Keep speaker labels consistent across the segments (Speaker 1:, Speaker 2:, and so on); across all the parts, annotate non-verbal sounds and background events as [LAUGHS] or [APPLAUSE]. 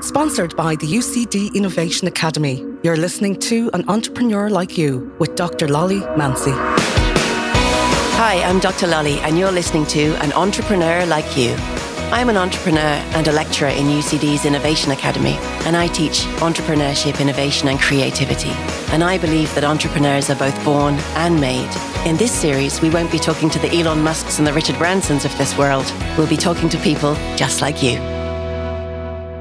Speaker 1: Sponsored by the UCD Innovation Academy, you're listening to An Entrepreneur Like You with Dr. Lolly Mancy.
Speaker 2: Hi, I'm Dr. Lolly, and you're listening to An Entrepreneur Like You. I'm an entrepreneur and a lecturer in UCD's Innovation Academy, and I teach entrepreneurship, innovation, and creativity. And I believe that entrepreneurs are both born and made. In this series, we won't be talking to the Elon Musks and the Richard Bransons of this world. We'll be talking to people just like you.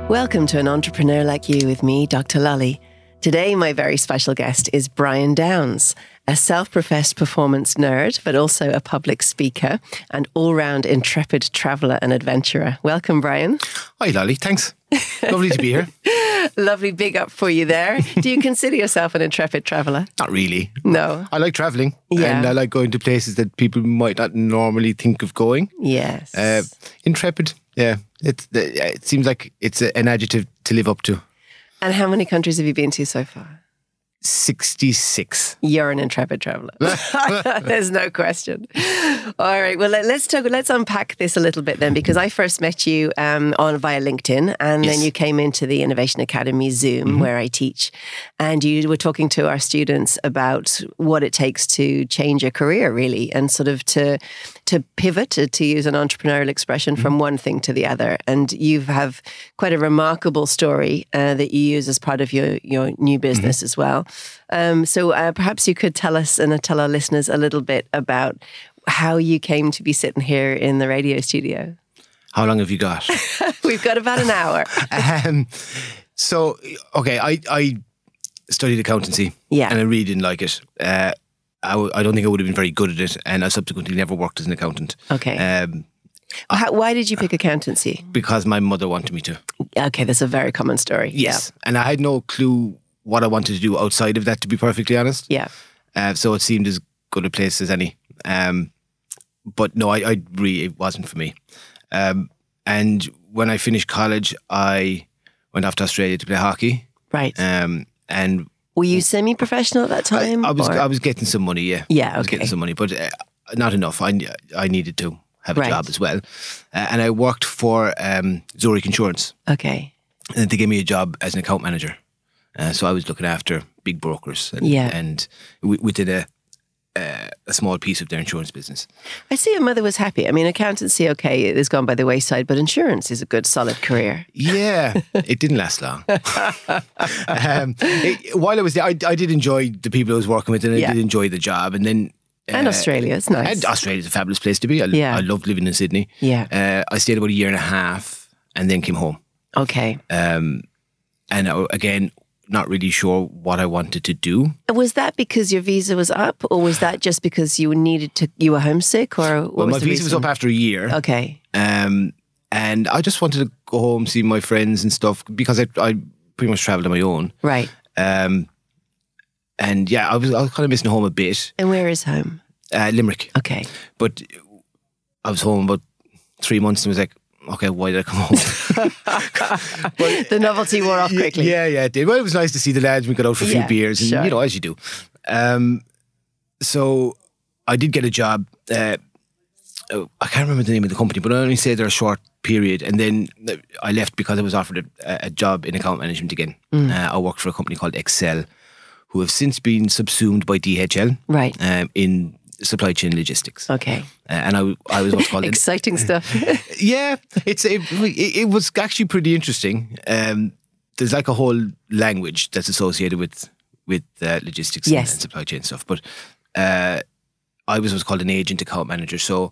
Speaker 2: Welcome to An Entrepreneur Like You with me, Dr. Lolly. Today, my very special guest is Brian Downs, a self professed performance nerd, but also a public speaker and all round intrepid traveler and adventurer. Welcome, Brian.
Speaker 3: Hi,
Speaker 2: [LAUGHS]
Speaker 3: Lolly. Thanks. Lovely to be here.
Speaker 2: Lovely big up for you there. Do you consider yourself an intrepid traveler?
Speaker 3: Not really.
Speaker 2: No.
Speaker 3: I like traveling
Speaker 2: Yeah.
Speaker 3: and I like going to places that people might not normally think of going.
Speaker 2: Yes.
Speaker 3: Uh, intrepid. Yeah. It, it seems like it's a, an adjective to live up to.
Speaker 2: and how many countries have you been to so far?
Speaker 3: 66.
Speaker 2: You're an intrepid traveler. [LAUGHS] There's no question. All right. Well, let, us talk. Let's unpack this a little bit then, because I first met you um, on via LinkedIn, and then
Speaker 3: Yes.
Speaker 2: you came into the Innovation Academy Zoom where I teach, and you were talking to our students about what it takes to change a career, really, and sort of to to pivot to, to use an entrepreneurial expression
Speaker 3: Mm-hmm.
Speaker 2: from one thing to the other. And you have quite a remarkable story uh, that you use as part of your your new
Speaker 3: Mm-hmm.
Speaker 2: business as well. Um, so uh, perhaps you could tell us and uh, tell our listeners a little bit about how you came to be sitting here in the radio studio. [LAUGHS]
Speaker 3: How long have you got?
Speaker 2: We've got about an
Speaker 3: [LAUGHS]
Speaker 2: hour.
Speaker 3: um, so, okay, I, I studied accountancy
Speaker 2: Yeah.
Speaker 3: and I really didn't like it. Uh, I, w- I don't think I would have been very good at it, and I subsequently never worked as an accountant.
Speaker 2: Okay.
Speaker 3: Um,
Speaker 2: How, why did you pick accountancy?
Speaker 3: because my mother wanted me to.
Speaker 2: Okay, that's a very common story.
Speaker 3: Yes. And I had no clue what I wanted to do outside of that, to be perfectly honest.
Speaker 2: Yeah.
Speaker 3: Uh, so it seemed as good a place as any. Um, but no, I, I really, it wasn't for me. Um, and when I finished college, I went off to Australia to play hockey.
Speaker 2: Right.
Speaker 3: Um, and
Speaker 2: Were you semi professional at that
Speaker 3: I,
Speaker 2: time?
Speaker 3: I was
Speaker 2: or-
Speaker 3: I was getting some money, yeah.
Speaker 2: Yeah,
Speaker 3: I was
Speaker 2: okay.
Speaker 3: getting some money, but uh, not enough. I, I needed to have a
Speaker 2: Right.
Speaker 3: job as well. Uh, and I worked for um, Zurich Insurance.
Speaker 2: okay.
Speaker 3: and they gave me a job as an account manager. Uh, so I was looking after big brokers and,
Speaker 2: Yeah.
Speaker 3: and we, we did a, uh, a small piece of their insurance business.
Speaker 2: I see your mother was happy. I mean, accountancy, okay, it has gone by the wayside, but insurance is a good, solid career.
Speaker 3: Yeah,
Speaker 2: [LAUGHS]
Speaker 3: it didn't last long. [LAUGHS] um, it- while I was there, I, I did enjoy the people I was working with and I
Speaker 2: Yeah.
Speaker 3: did enjoy the job. And then
Speaker 2: And
Speaker 3: uh,
Speaker 2: Australia, it's nice.
Speaker 3: And uh, Australia's a fabulous place to be. I,
Speaker 2: Yeah.
Speaker 3: I loved living in Sydney.
Speaker 2: Yeah.
Speaker 3: Uh, I stayed about a year and a half and then came home.
Speaker 2: okay.
Speaker 3: Um, and I, again, not really sure what I wanted to do.
Speaker 2: was that because your visa was up, or was that just because you needed to? You were homesick, or what
Speaker 3: Well,
Speaker 2: was
Speaker 3: my
Speaker 2: the
Speaker 3: visa was
Speaker 2: reason?
Speaker 3: up after a year.
Speaker 2: Okay,
Speaker 3: Um, and I just wanted to go home, see my friends and stuff because I, I pretty much traveled on my own.
Speaker 2: right.
Speaker 3: Um, and yeah, I was, I was kind of missing home a bit,
Speaker 2: And where is home?
Speaker 3: uh, Limerick.
Speaker 2: Okay.
Speaker 3: But I was home about three months and was like, okay, why did I come home?
Speaker 2: [LAUGHS] the novelty wore off quickly.
Speaker 3: uh, yeah, yeah, it did. Well, it was nice to see the lads. We got out for a
Speaker 2: Yeah,
Speaker 3: few beers, and
Speaker 2: sure.
Speaker 3: you know, as you do. Um, so I did get a job. Uh, oh, I can't remember the name of the company, but I only stayed there a short period, and then uh, I left because I was offered a, a job in account management again.
Speaker 2: Mm.
Speaker 3: Uh, I worked for a company called Excel, who have since been subsumed by DHL
Speaker 2: Right.
Speaker 3: um, in supply chain logistics.
Speaker 2: Okay.
Speaker 3: Uh, and I, I was what's
Speaker 2: [LAUGHS]
Speaker 3: called an [LAUGHS]
Speaker 2: Exciting stuff.
Speaker 3: yeah, it's it, it it was actually pretty interesting. Um, there's like a whole language that's associated with with uh, logistics and-
Speaker 2: Yes.
Speaker 3: and, supply chain stuff. But uh, I was what's called an agent account manager, so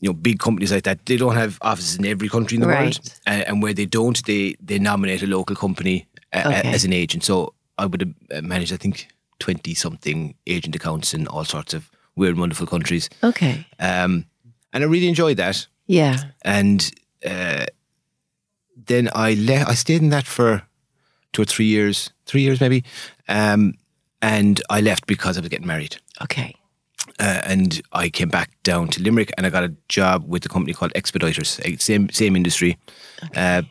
Speaker 3: you know big companies like that they don't have offices in every country in the world,
Speaker 2: Right.
Speaker 3: uh, and where they don't, they they nominate a local company a, a-
Speaker 2: Okay.
Speaker 3: as an agent. So I would have uh, managed, I think, twenty something agent accounts in all sorts of weird, wonderful countries,
Speaker 2: okay.
Speaker 3: um, and I really enjoyed that
Speaker 2: Yeah.
Speaker 3: and uh, then I le- I stayed in that for two or three years, three years maybe, um, and I left because I was getting married.
Speaker 2: Okay.
Speaker 3: Uh, and I came back down to Limerick, and I got a job with a company called Expeditors, eh, same same industry, uh,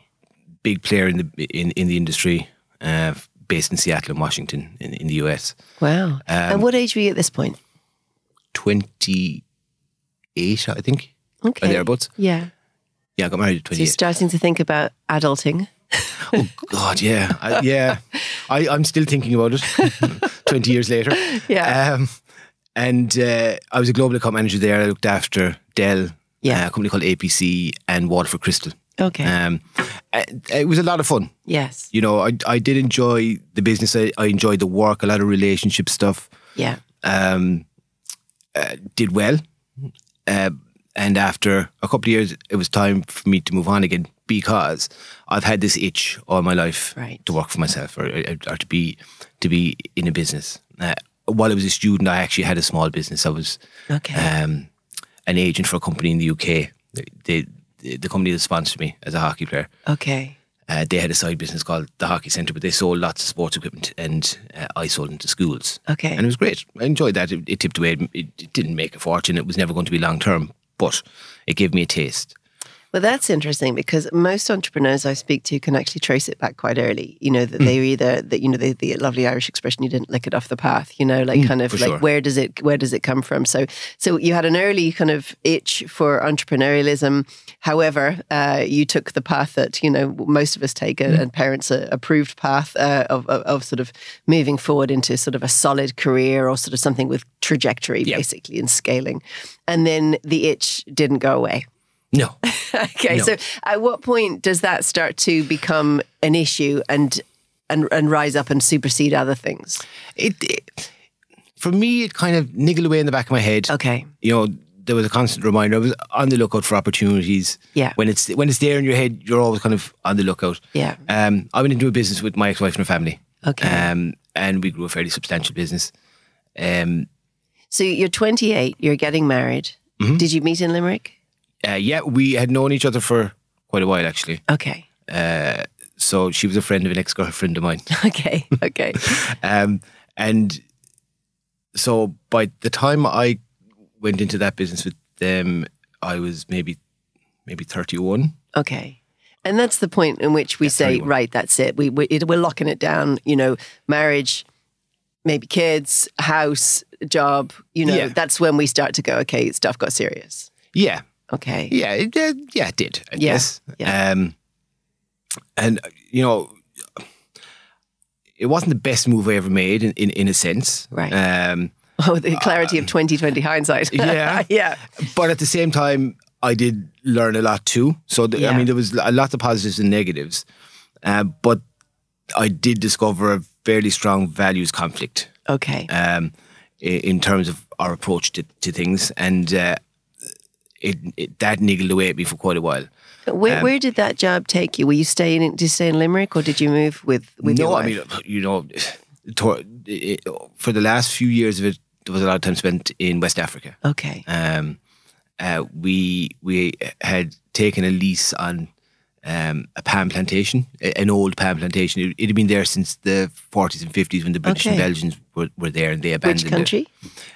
Speaker 3: big player in the in in the industry, uh, based in Seattle and Washington in, in the US.
Speaker 2: Wow.
Speaker 3: Um,
Speaker 2: and what age were you at this point?
Speaker 3: Twenty eight, I think,
Speaker 2: Okay.
Speaker 3: or thereabouts.
Speaker 2: Yeah.
Speaker 3: Yeah, I got married at
Speaker 2: So
Speaker 3: twenty
Speaker 2: you're
Speaker 3: eight.
Speaker 2: starting to think about adulting.
Speaker 3: Oh God, yeah, I,
Speaker 2: [LAUGHS]
Speaker 3: yeah. I, I'm still thinking about it. [LAUGHS] Twenty years later,
Speaker 2: Yeah.
Speaker 3: Um, and uh, I was a global account manager there. I looked after Dell,
Speaker 2: Yeah.
Speaker 3: uh, a company called APC, and Waterford Crystal.
Speaker 2: Okay.
Speaker 3: Um, uh, it was a lot of fun.
Speaker 2: yes.
Speaker 3: You know, I I did enjoy the business. I, I enjoyed the work. A lot of relationship stuff.
Speaker 2: Yeah.
Speaker 3: Um, uh, did well, uh, and after a couple of years, it was time for me to move on again because I've had this itch all my life
Speaker 2: Right.
Speaker 3: to work for myself or, or to be to be in a business. Uh, while I was a student, I actually had a small business. I was
Speaker 2: Okay.
Speaker 3: um, an agent for a company in the UK. They, they, the company that sponsored me as a hockey player.
Speaker 2: okay.
Speaker 3: Uh, they had a side business called the Hockey Centre, but they sold lots of sports equipment, and uh, I sold into schools.
Speaker 2: Okay.
Speaker 3: and it was great. I enjoyed that. It, it tipped away. It, it didn't make a fortune. It was never going to be long term, but it gave me a taste.
Speaker 2: Well, that's interesting because most entrepreneurs I speak to can actually trace it back quite early. You know that they
Speaker 3: Mm.
Speaker 2: either that you know the, the lovely Irish expression "you didn't lick it off the path." You know, like kind of
Speaker 3: Mm, for
Speaker 2: like
Speaker 3: sure.
Speaker 2: where does it where does it come from? So so you had an early kind of itch for entrepreneurialism. However, uh, you took the path that you know most of us take,
Speaker 3: Mm.
Speaker 2: and and parents uh, approved path uh, of, of of sort of moving forward into sort of a solid career or sort of something with trajectory, basically, and scaling. And then the itch didn't go away. [LAUGHS]
Speaker 3: No,
Speaker 2: Okay,
Speaker 3: No.
Speaker 2: so at what point does that start to become an issue and and and rise up and supersede other things?
Speaker 3: it, it for me it kind of niggled away in the back of my head.
Speaker 2: Okay,
Speaker 3: You know, there was a constant reminder. I was on the lookout for opportunities.
Speaker 2: Yeah.
Speaker 3: when it's when it's there in your head, you're always kind of on the lookout.
Speaker 2: Yeah.
Speaker 3: Um, I went into a business with my ex-wife and her family.
Speaker 2: Okay.
Speaker 3: Um, and we grew a fairly substantial business. Um,
Speaker 2: so you're 28, you're getting married. Did you meet in Limerick?
Speaker 3: uh, yeah, we had known each other for quite a while actually.
Speaker 2: Okay,
Speaker 3: So she was a friend of an ex-girlfriend of mine.
Speaker 2: [LAUGHS] okay, okay,
Speaker 3: Um, and so by the time I went into that business with them, I was maybe maybe 31.
Speaker 2: [LAUGHS] okay. And that's the point in which we say, right, that's it. We, we it, we're locking it down. You know, marriage, maybe kids, house, job. You know,
Speaker 3: Yeah.
Speaker 2: that's when we start to go. Okay, stuff got serious.
Speaker 3: Yeah,
Speaker 2: Okay, [LAUGHS]
Speaker 3: yeah, it, uh, yeah, it did. I
Speaker 2: Yeah,
Speaker 3: guess.
Speaker 2: yeah.
Speaker 3: Um, and uh, you know, it wasn't the best move I ever made in in, in a sense.
Speaker 2: Right.
Speaker 3: Um,
Speaker 2: Oh, the clarity of 2020 hindsight. [LAUGHS]
Speaker 3: yeah.
Speaker 2: yeah.
Speaker 3: but at the same time, I did learn a lot too. So th-
Speaker 2: Yeah.
Speaker 3: I mean, there was a lot of positives and negatives, uh, but I did discover a fairly strong values conflict
Speaker 2: Okay.
Speaker 3: um, i- in terms of our approach to, to things, and uh, it, it that niggled away at me for quite a while.
Speaker 2: Where, where did that job take you? Were you staying? In, did you stay in Limerick, or did you move with with
Speaker 3: no,
Speaker 2: your
Speaker 3: I
Speaker 2: wife?
Speaker 3: mean, you know, [SIGHS] tor- it, for the last few years of it, there was a lot of time spent in West Africa.
Speaker 2: okay.
Speaker 3: um, uh, we we had taken a lease on um, a palm plantation, a- an old palm plantation. It, it had been there since the 40s and 50s when the British and
Speaker 2: Okay.
Speaker 3: Belgians were, were there and they abandoned
Speaker 2: Which
Speaker 3: it.
Speaker 2: country?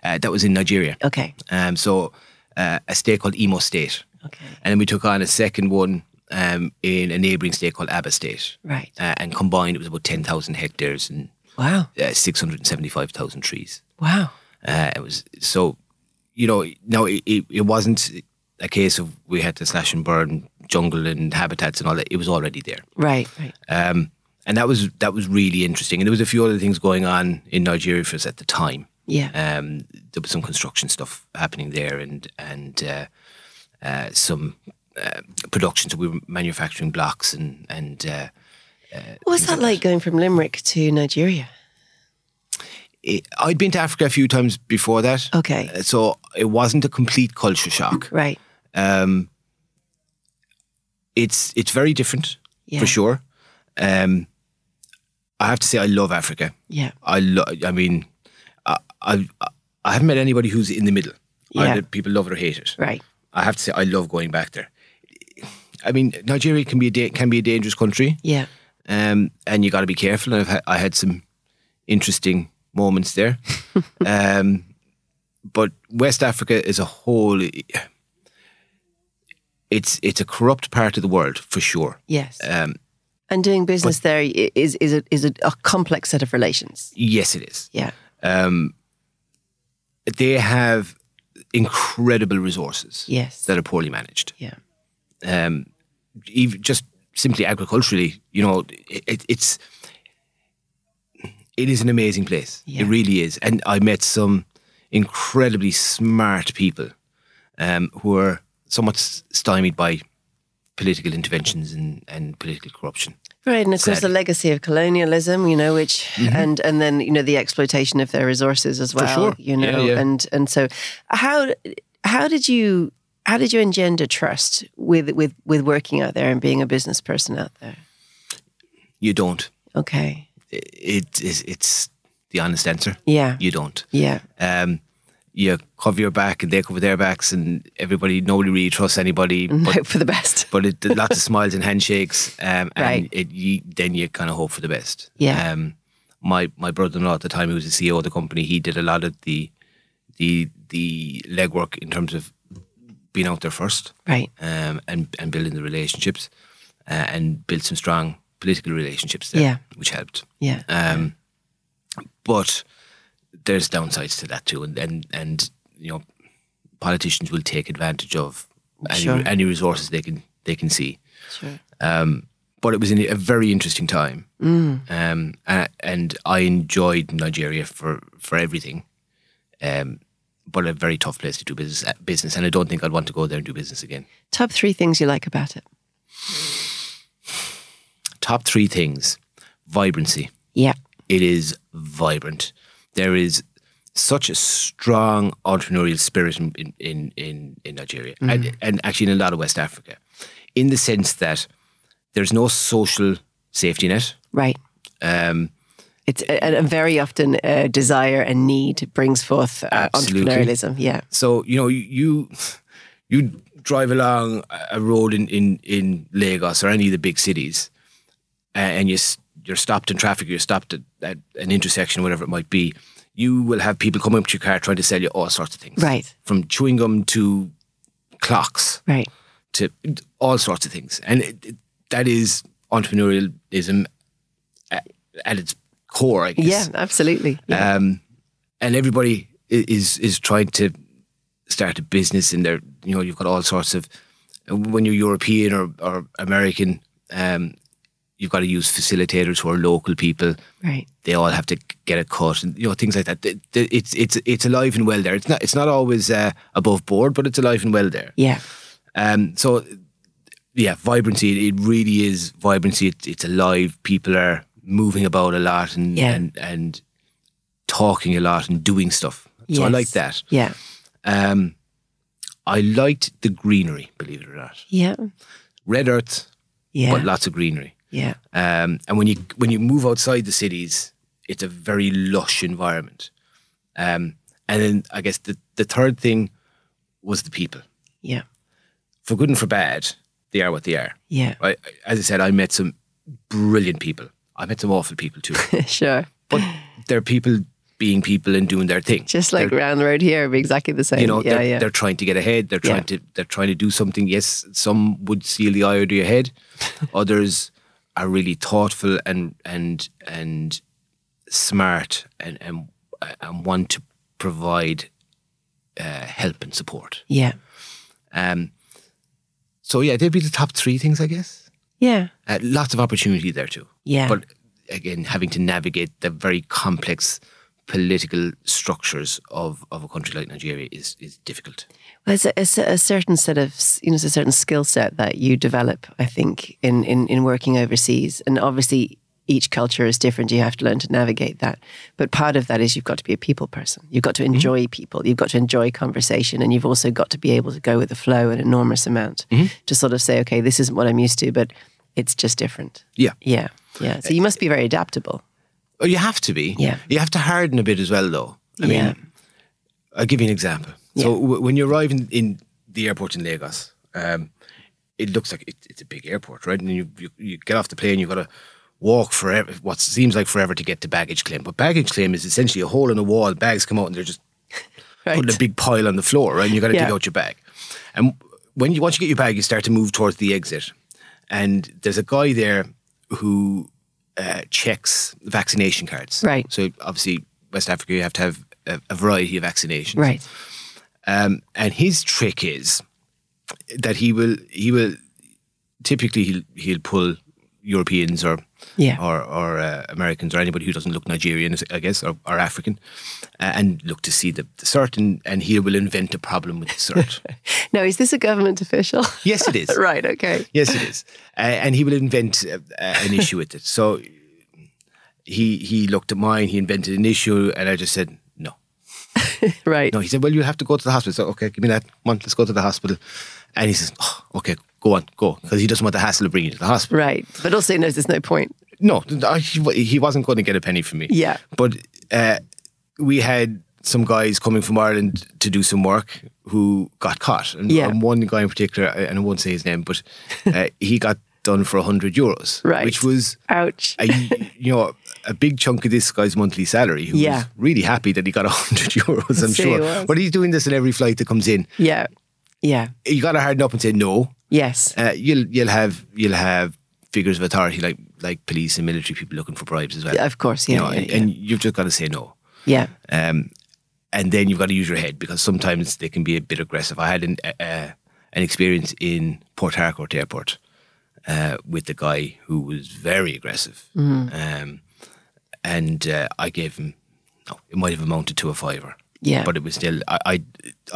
Speaker 3: Uh, that was in Nigeria.
Speaker 2: Okay.
Speaker 3: Um, so uh, a state called Imo State.
Speaker 2: Okay.
Speaker 3: And then we took on a second one um, in a neighbouring state called Abba State.
Speaker 2: Right.
Speaker 3: Uh, and combined, it was about 10,000 hectares and
Speaker 2: Wow.
Speaker 3: uh, 675,000 trees.
Speaker 2: Wow.
Speaker 3: Uh, it was so, you know, no, it, it, it wasn't a case of we had to slash and burn jungle and habitats and all that. It was already there,
Speaker 2: Right. Right.
Speaker 3: um, and that was that was really interesting. And there was a few other things going on in Nigeria for us at the time.
Speaker 2: Yeah.
Speaker 3: Um, there was some construction stuff happening there, and and uh, uh, some uh, production. So we were manufacturing blocks and and. Uh,
Speaker 2: what was that like going from Limerick to Nigeria?
Speaker 3: it, I'd been to Africa a few times before that.
Speaker 2: Okay.
Speaker 3: Uh, So it wasn't a complete culture shock.
Speaker 2: Right.
Speaker 3: um, it's it's very different
Speaker 2: Yeah.
Speaker 3: for sure. Um, I have to say, I love Africa.
Speaker 2: Yeah.
Speaker 3: I lo- I mean, I, I I haven't met anybody who's in the middle.
Speaker 2: Yeah.
Speaker 3: Either people love it or hate it.
Speaker 2: Right.
Speaker 3: I have to say, I love going back there. I mean, Nigeria can be a da- can be a dangerous country,
Speaker 2: Yeah.
Speaker 3: um, and you got to be careful. And I've ha- I had some interesting moments there, um, but West Africa is a whole. It's it's a corrupt part of the world for sure.
Speaker 2: Yes.
Speaker 3: Um,
Speaker 2: and doing business there i- is is a, is a, a complex set of relations.
Speaker 3: yes, it is.
Speaker 2: Yeah.
Speaker 3: They have incredible resources
Speaker 2: Yes.
Speaker 3: that are poorly managed.
Speaker 2: Yeah.
Speaker 3: Um, even just simply agriculturally, you know, it, it, it's it is an amazing place.
Speaker 2: Yeah.
Speaker 3: It really is, and I met some incredibly smart people um, who are somewhat s- stymied by political interventions and, and political corruption.
Speaker 2: Right, and of course the
Speaker 3: Sadly.
Speaker 2: legacy of colonialism, you know, which and and then you know the exploitation of their resources as well,
Speaker 3: Mm-hmm. sure.
Speaker 2: you
Speaker 3: Yeah,
Speaker 2: know,
Speaker 3: yeah.
Speaker 2: and and so how how did you how did you engender trust with with with working out there and being a business person out there?
Speaker 3: You don't.
Speaker 2: Okay,
Speaker 3: I- It is. It's the honest answer.
Speaker 2: yeah,
Speaker 3: You don't.
Speaker 2: yeah,
Speaker 3: Um, you cover your back and they cover their backs, and everybody nobody really trusts anybody.
Speaker 2: and
Speaker 3: But
Speaker 2: hope for the best. [LAUGHS]
Speaker 3: but it, lots of smiles and handshakes, um, and
Speaker 2: Right.
Speaker 3: it, you, then you kind of hope for the best.
Speaker 2: Yeah.
Speaker 3: Um, my my brother-in-law at the time, who was the CEO of the company, he did a lot of the the the legwork in terms of being out there first
Speaker 2: Right,
Speaker 3: um, and and building the relationships uh, and built some strong political relationships there,
Speaker 2: Yeah.
Speaker 3: which helped.
Speaker 2: yeah,
Speaker 3: Um, but there's downsides to that too, and and, and you know, politicians will take advantage of any,
Speaker 2: Sure.
Speaker 3: any resources they can they can see.
Speaker 2: sure,
Speaker 3: Um, but it was in a very interesting time, um, and, and I enjoyed Nigeria for for everything. Um, but a very tough place to do business, uh, business, and I don't think I'd want to go there and do business again.
Speaker 2: Top three things you like about it.
Speaker 3: Top three things: vibrancy.
Speaker 2: Yeah,
Speaker 3: it is vibrant. There is such a strong entrepreneurial spirit in in in, in, in Nigeria and, and actually in a lot of West Africa, in the sense that there's no social safety net.
Speaker 2: right.
Speaker 3: Um,
Speaker 2: It's and and very often uh, desire and need brings forth uh,
Speaker 3: Absolutely.
Speaker 2: entrepreneurialism. Yeah,
Speaker 3: so you know you you drive along a- a road in in in Lagos or any of the big cities, a- and you s- you're stopped in traffic, you're stopped at, at an intersection, whatever it might be. You will have people coming up to your car trying to sell you all sorts of things.
Speaker 2: right,
Speaker 3: from chewing gum to clocks
Speaker 2: right.
Speaker 3: to all sorts of things. And it, it, that is entrepreneurialism at, at its core, I
Speaker 2: Yeah,
Speaker 3: guess.
Speaker 2: absolutely. Yeah.
Speaker 3: Um, and everybody i- is is trying to start a business, and there, you know, you've got all sorts of. When you're European or, or American, um, you've got to use facilitators who are local people
Speaker 2: Right.
Speaker 3: they all have to get a cut and you know things like that. Th- th- It's it's it's alive and well there. It's not it's not always uh, above board, but it's alive and well there.
Speaker 2: Yeah.
Speaker 3: Um, so yeah, vibrancy. It really is vibrancy. It's it's alive. People are moving about a lot and
Speaker 2: Yeah.
Speaker 3: and and talking a lot and doing stuff. So I
Speaker 2: Yes.
Speaker 3: like that.
Speaker 2: Yeah.
Speaker 3: Um, I liked the greenery. Believe it or not,
Speaker 2: Yeah.
Speaker 3: red earth,
Speaker 2: Yeah.
Speaker 3: but lots of greenery.
Speaker 2: yeah.
Speaker 3: Um, and when you when you move outside the cities, it's a very lush environment. Um, and then I guess the, the third thing was the people.
Speaker 2: Yeah.
Speaker 3: For good and for bad, they are what they are.
Speaker 2: Yeah.
Speaker 3: I, as I said, I met some brilliant people. I met some awful people
Speaker 2: [LAUGHS]
Speaker 3: too.
Speaker 2: sure.
Speaker 3: but they're people being people and doing their thing.
Speaker 2: Just like round the road here, it'd be exactly the same.
Speaker 3: you know,
Speaker 2: yeah.
Speaker 3: they're,
Speaker 2: Yeah.
Speaker 3: they're trying to get ahead. They're trying to they're trying to do something. Yes, some would seal the eye out of your
Speaker 2: [LAUGHS]
Speaker 3: head. Others are really thoughtful and and and smart and and and want to provide uh, help and support.
Speaker 2: yeah.
Speaker 3: Um, so yeah, they'd be the top three things, I guess.
Speaker 2: Yeah.
Speaker 3: Uh, lots of opportunity there too.
Speaker 2: Yeah.
Speaker 3: But again, having to navigate the very complex political structures of, of a country like Nigeria is is difficult.
Speaker 2: Well, it's a, it's a a certain set of, s- you know, it's a certain skill set that you develop, I think, in, in, in working overseas. And obviously, each culture is different. You have to learn to navigate that. But part of that is you've got to be a people person. You've
Speaker 3: Mm-hmm.
Speaker 2: got to enjoy people. You've got to enjoy conversation. And you've also got to be able to go with the flow an enormous amount
Speaker 3: Mm-hmm.
Speaker 2: to sort of say, okay, this isn't what I'm used to, but it's just different.
Speaker 3: Yeah.
Speaker 2: Yeah. Yeah. So you must be very adaptable.
Speaker 3: Oh, you have to be.
Speaker 2: Yeah.
Speaker 3: You have to harden a bit as well, though. I
Speaker 2: yeah.
Speaker 3: mean, I'll give you an example. So w- when you arrive in, in the airport in Lagos, um, it looks like it, it's a big airport, right? And you, you you get off the plane, you've got to walk forever, what seems like forever to get to baggage claim. But baggage claim is essentially a hole in a wall. Bags come out and they're just
Speaker 2: right.
Speaker 3: putting a big pile on the floor, right? And you got to
Speaker 2: Yeah.
Speaker 3: dig out your bag. And when you once you get your bag, you start to move towards the exit. And there's a guy there who uh, checks vaccination cards.
Speaker 2: Right.
Speaker 3: So obviously, West Africa, you have to have a, a variety of vaccinations.
Speaker 2: Right.
Speaker 3: Um, and his trick is that he will he will typically he'll he'll pull Europeans or
Speaker 2: Yeah.
Speaker 3: or, or uh, Americans or anybody who doesn't look Nigerian, I guess, or, or African, uh, and look to see the, the cert, and, and he will invent a problem with the
Speaker 2: [LAUGHS]
Speaker 3: cert.
Speaker 2: Now, is this a government official?
Speaker 3: [LAUGHS] yes, it is.
Speaker 2: right. Okay.
Speaker 3: Yes, it is, uh, and he will invent uh, uh, an issue with it. So he he looked at mine, he invented an issue, and I just said no.
Speaker 2: Right.
Speaker 3: No, he said, well, you have to go to the hospital. So, okay, give me that. Come on, let's go to the hospital. And he says, oh, okay, go on, go. Because he doesn't want the hassle of bringing you to the hospital.
Speaker 2: Right. But also, he knows there's no point.
Speaker 3: No, th- I- he wa- he wasn't going to get a penny from me.
Speaker 2: Yeah.
Speaker 3: But uh, we had some guys coming from Ireland to do some work who got caught. And,
Speaker 2: Yeah.
Speaker 3: and one guy in particular, I- and I won't say his
Speaker 2: [LAUGHS]
Speaker 3: name, but uh, he got done for 100 euros.
Speaker 2: Right.
Speaker 3: Which was
Speaker 2: Ouch.
Speaker 3: a, you know, a big chunk of this guy's monthly salary. Who
Speaker 2: Yeah.
Speaker 3: was really happy that he got [LAUGHS] 100 euros, I'm
Speaker 2: So he was.
Speaker 3: sure. But he's doing this in every flight that comes in.
Speaker 2: yeah. Yeah.
Speaker 3: You got to harden up and say no.
Speaker 2: Yes.
Speaker 3: Uh, you'll you'll have you'll have figures of authority like like police and military people looking for bribes as well.
Speaker 2: Of course. Yeah.
Speaker 3: you know,
Speaker 2: yeah,
Speaker 3: and,
Speaker 2: yeah.
Speaker 3: and you've just got to say no.
Speaker 2: yeah.
Speaker 3: Um, and then you've got to use your head because sometimes they can be a bit aggressive. I had an uh, uh, an experience in Port Harcourt Airport uh, with a guy who was very aggressive,
Speaker 2: Mm-hmm.
Speaker 3: um, and uh, I gave him. No, it might have amounted to a fiver.
Speaker 2: Yeah.
Speaker 3: but it was still. I I,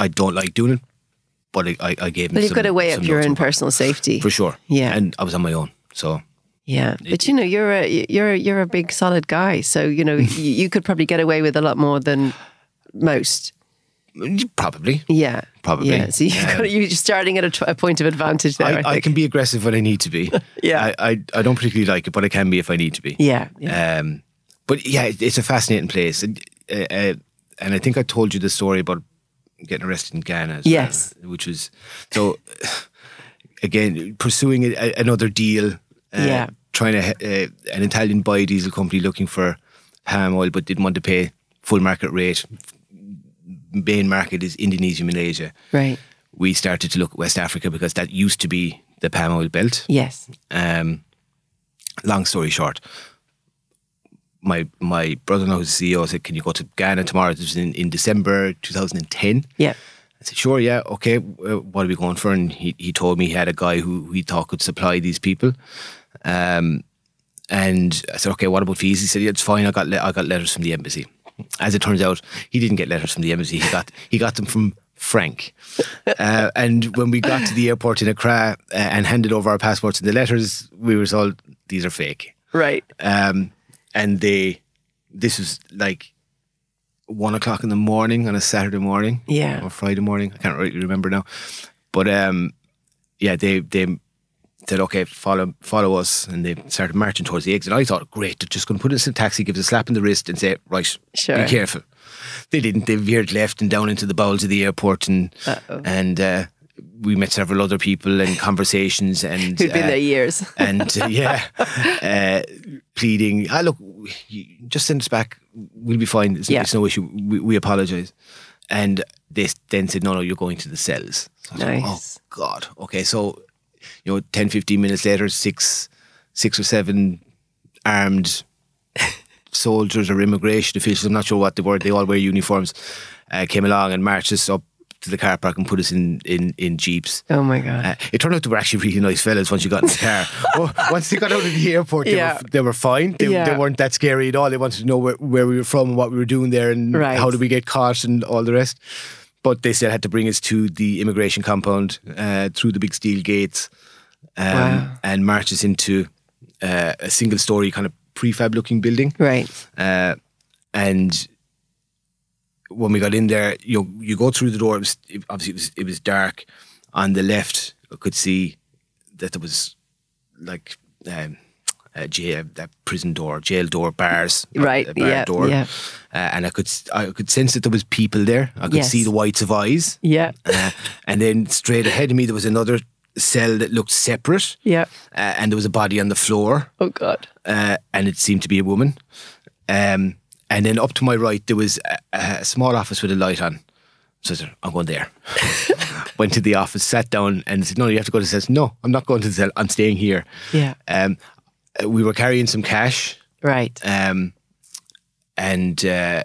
Speaker 3: I don't like doing it, but I, I, I gave him.
Speaker 2: But you've
Speaker 3: some-
Speaker 2: got to weigh up
Speaker 3: some
Speaker 2: your
Speaker 3: notes
Speaker 2: own
Speaker 3: of-
Speaker 2: personal safety.
Speaker 3: for sure.
Speaker 2: Yeah.
Speaker 3: and I was on my own, so
Speaker 2: Yeah, but you know you're a you're a- you're a big solid guy, so you
Speaker 3: [LAUGHS]
Speaker 2: know y- you could probably get away with a lot more than most.
Speaker 3: probably.
Speaker 2: Yeah,
Speaker 3: Probably.
Speaker 2: Yeah, so you've got, you're starting at a, tw- a point of advantage there. I,
Speaker 3: I,
Speaker 2: think.
Speaker 3: I, can be aggressive when I need to be.
Speaker 2: [LAUGHS] Yeah.
Speaker 3: I, I, I don't particularly like it, but I can be if I need to be.
Speaker 2: yeah, yeah,
Speaker 3: Um, but yeah, it, it's a fascinating place, and, uh, uh, and I think I told you the story about getting arrested in Ghana. as well,
Speaker 2: Yes.
Speaker 3: which was so. [SIGHS] Again, pursuing a, a- another deal. Uh,
Speaker 2: Yeah.
Speaker 3: Trying to he- uh, an Italian biodiesel company looking for palm oil, but didn't want to pay full market rate. Main market is Indonesia, Malaysia
Speaker 2: right.
Speaker 3: we started to look at West Africa because that used to be the palm oil belt.
Speaker 2: Yes,
Speaker 3: Um, long story short, my my brother in law, who's the CEO, said, Can you go to Ghana tomorrow? This was in, in December 2010.
Speaker 2: yeah,
Speaker 3: I said, Sure, yeah, okay, uh, what are we going for? And he, he told me he had a guy who, who he thought could supply these people. Um, and I said, Okay, what about fees? He said, Yeah, it's fine. I got, le- I got letters from the embassy. As it turns out, he didn't get letters from the embassy, he got, he got them from Frank. Uh, and when we got to the airport in Accra uh, and handed over our passports and the letters, we were told these are fake.
Speaker 2: right.
Speaker 3: Um, and they, this was like one o'clock in the morning on a Saturday morning,
Speaker 2: Yeah.
Speaker 3: or Friday morning. I can't really remember now, but um, yeah, they they said okay, follow follow us, and they started marching towards the exit. I thought, great, they're just going to put us in a taxi, give us a slap in the wrist, and say, right,
Speaker 2: Sure.
Speaker 3: be careful. They didn't. They veered left and down into the bowels of the airport, and
Speaker 2: Uh-oh.
Speaker 3: and uh, we met several other people and conversations,
Speaker 2: [LAUGHS]
Speaker 3: and
Speaker 2: Who'd been
Speaker 3: uh,
Speaker 2: there years?
Speaker 3: and uh, yeah, uh, pleading. Ah, look, you- just send us back. We'll be fine. It's,
Speaker 2: Yeah.
Speaker 3: it's no issue. We, we apologize. And they s- then said, no, no, you're going to the cells. So I was like,
Speaker 2: Nice.
Speaker 3: oh God. Okay, so you know, 10, 15 minutes later, six, six or seven
Speaker 2: [LAUGHS]
Speaker 3: armed soldiers or immigration officials. I'm not sure what they were. They all wear uniforms. Uh, came along and marched us up to the car park and put us in in in jeeps.
Speaker 2: Oh my God.
Speaker 3: Uh, it turned out they were actually really nice fellas once you got in the
Speaker 2: [LAUGHS]
Speaker 3: car. Well, once they got out of the airport, they,
Speaker 2: Yeah.
Speaker 3: were, they were fine. They,
Speaker 2: Yeah.
Speaker 3: they weren't that scary at all. They wanted to know where, where we were from and what we were doing there and
Speaker 2: Right.
Speaker 3: how did we get caught and all the rest. But they still had to bring us to the immigration compound uh, through the big steel gates um,
Speaker 2: Wow.
Speaker 3: and march us into uh, a single story kind of prefab looking building.
Speaker 2: right.
Speaker 3: Uh, and when we got in there, you you go through the door. It was it, obviously it was it was dark. On the left, I could see that there was like um, a jail, that prison door, jail door, bars, a-
Speaker 2: Right,
Speaker 3: a bar
Speaker 2: yeah,
Speaker 3: door,
Speaker 2: yeah.
Speaker 3: Uh, and I could s- I could sense that there was people there. I could
Speaker 2: Yes.
Speaker 3: see the whites of eyes,
Speaker 2: Yeah.
Speaker 3: uh, and then straight ahead of me there was another cell that looked separate,
Speaker 2: Yeah.
Speaker 3: uh, and there was a body on the floor
Speaker 2: Oh God.
Speaker 3: uh, and it seemed to be a woman. Um, and then up to my right, there was a, a small office with a light on. So I said, I'm
Speaker 2: [LAUGHS]
Speaker 3: going there. Went to the office, sat down, and said, No, you have to go to the cell. I said, No, I'm not going to the cell. I'm staying here.
Speaker 2: Yeah.
Speaker 3: Um, uh, we were carrying some cash,
Speaker 2: Right.
Speaker 3: um, and uh,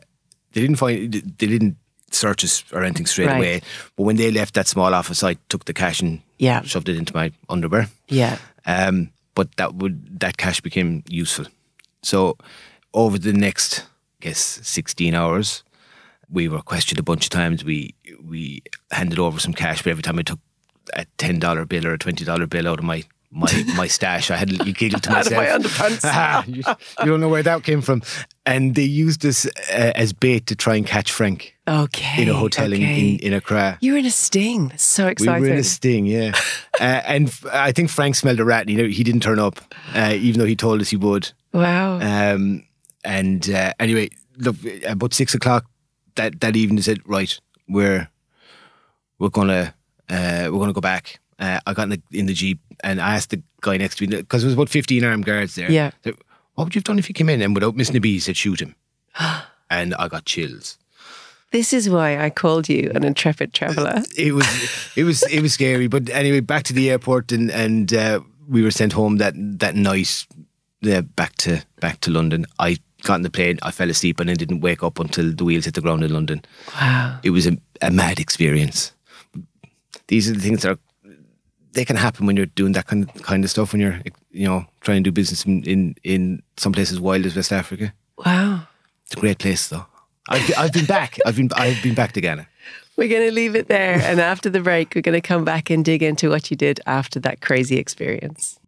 Speaker 3: they didn't find they didn't search us or anything straight
Speaker 2: Right.
Speaker 3: away. But when they left that small office, I took the cash and
Speaker 2: Yeah.
Speaker 3: shoved it into my underwear
Speaker 2: Yeah.
Speaker 3: Um, but that would that cash became useful. So over the next, I guess, sixteen hours, we were questioned a bunch of times. We we handed over some cash, but every time I took a ten dollar bill or a twenty dollar bill out of my my
Speaker 2: [LAUGHS]
Speaker 3: my stash, I had you giggled to
Speaker 2: Out of
Speaker 3: myself.
Speaker 2: my underpants.
Speaker 3: Ah, [LAUGHS] you, you don't know where that came from. And they used this uh, as bait to try and catch Frank
Speaker 2: okay.
Speaker 3: in a hotel
Speaker 2: okay.
Speaker 3: in, in, in Accra.
Speaker 2: you were in a sting. That's so
Speaker 3: We
Speaker 2: exciting.
Speaker 3: were in a
Speaker 2: [LAUGHS]
Speaker 3: sting, yeah. uh, and f- I think Frank smelled a rat and he, never- he didn't turn up, uh, even though he told us he would.
Speaker 2: wow.
Speaker 3: Um, and uh, anyway, look, about six o'clock that, that evening, they said, right, we're we're gonna uh, we're gonna go back. Uh, I got in the, in the jeep and I asked the guy next to me because there was about fifteen armed guards there.
Speaker 2: Yeah.
Speaker 3: So, what would you have done if he came in and without missing a beat, he said shoot
Speaker 2: [GASPS]
Speaker 3: him, and I got chills.
Speaker 2: this is why I called you an intrepid traveler.
Speaker 3: It was it was it was scary. But anyway, back to the airport and and uh, we were sent home that that night. Yeah, back to back to London. I got in the plane. I fell asleep and then didn't wake up until the wheels hit the ground in London.
Speaker 2: [LAUGHS] Wow.
Speaker 3: it was a, a mad experience. These are the things that are they can happen when you're doing that kind of, kind of stuff when you're you know trying to do business in in, in some places wild as West Africa.
Speaker 2: Wow.
Speaker 3: It's a great place though. I've, I've been back. I've been I've been back to Ghana.
Speaker 2: We're going to leave it there. And after the break, we're going to come back and dig into what you did after that crazy experience.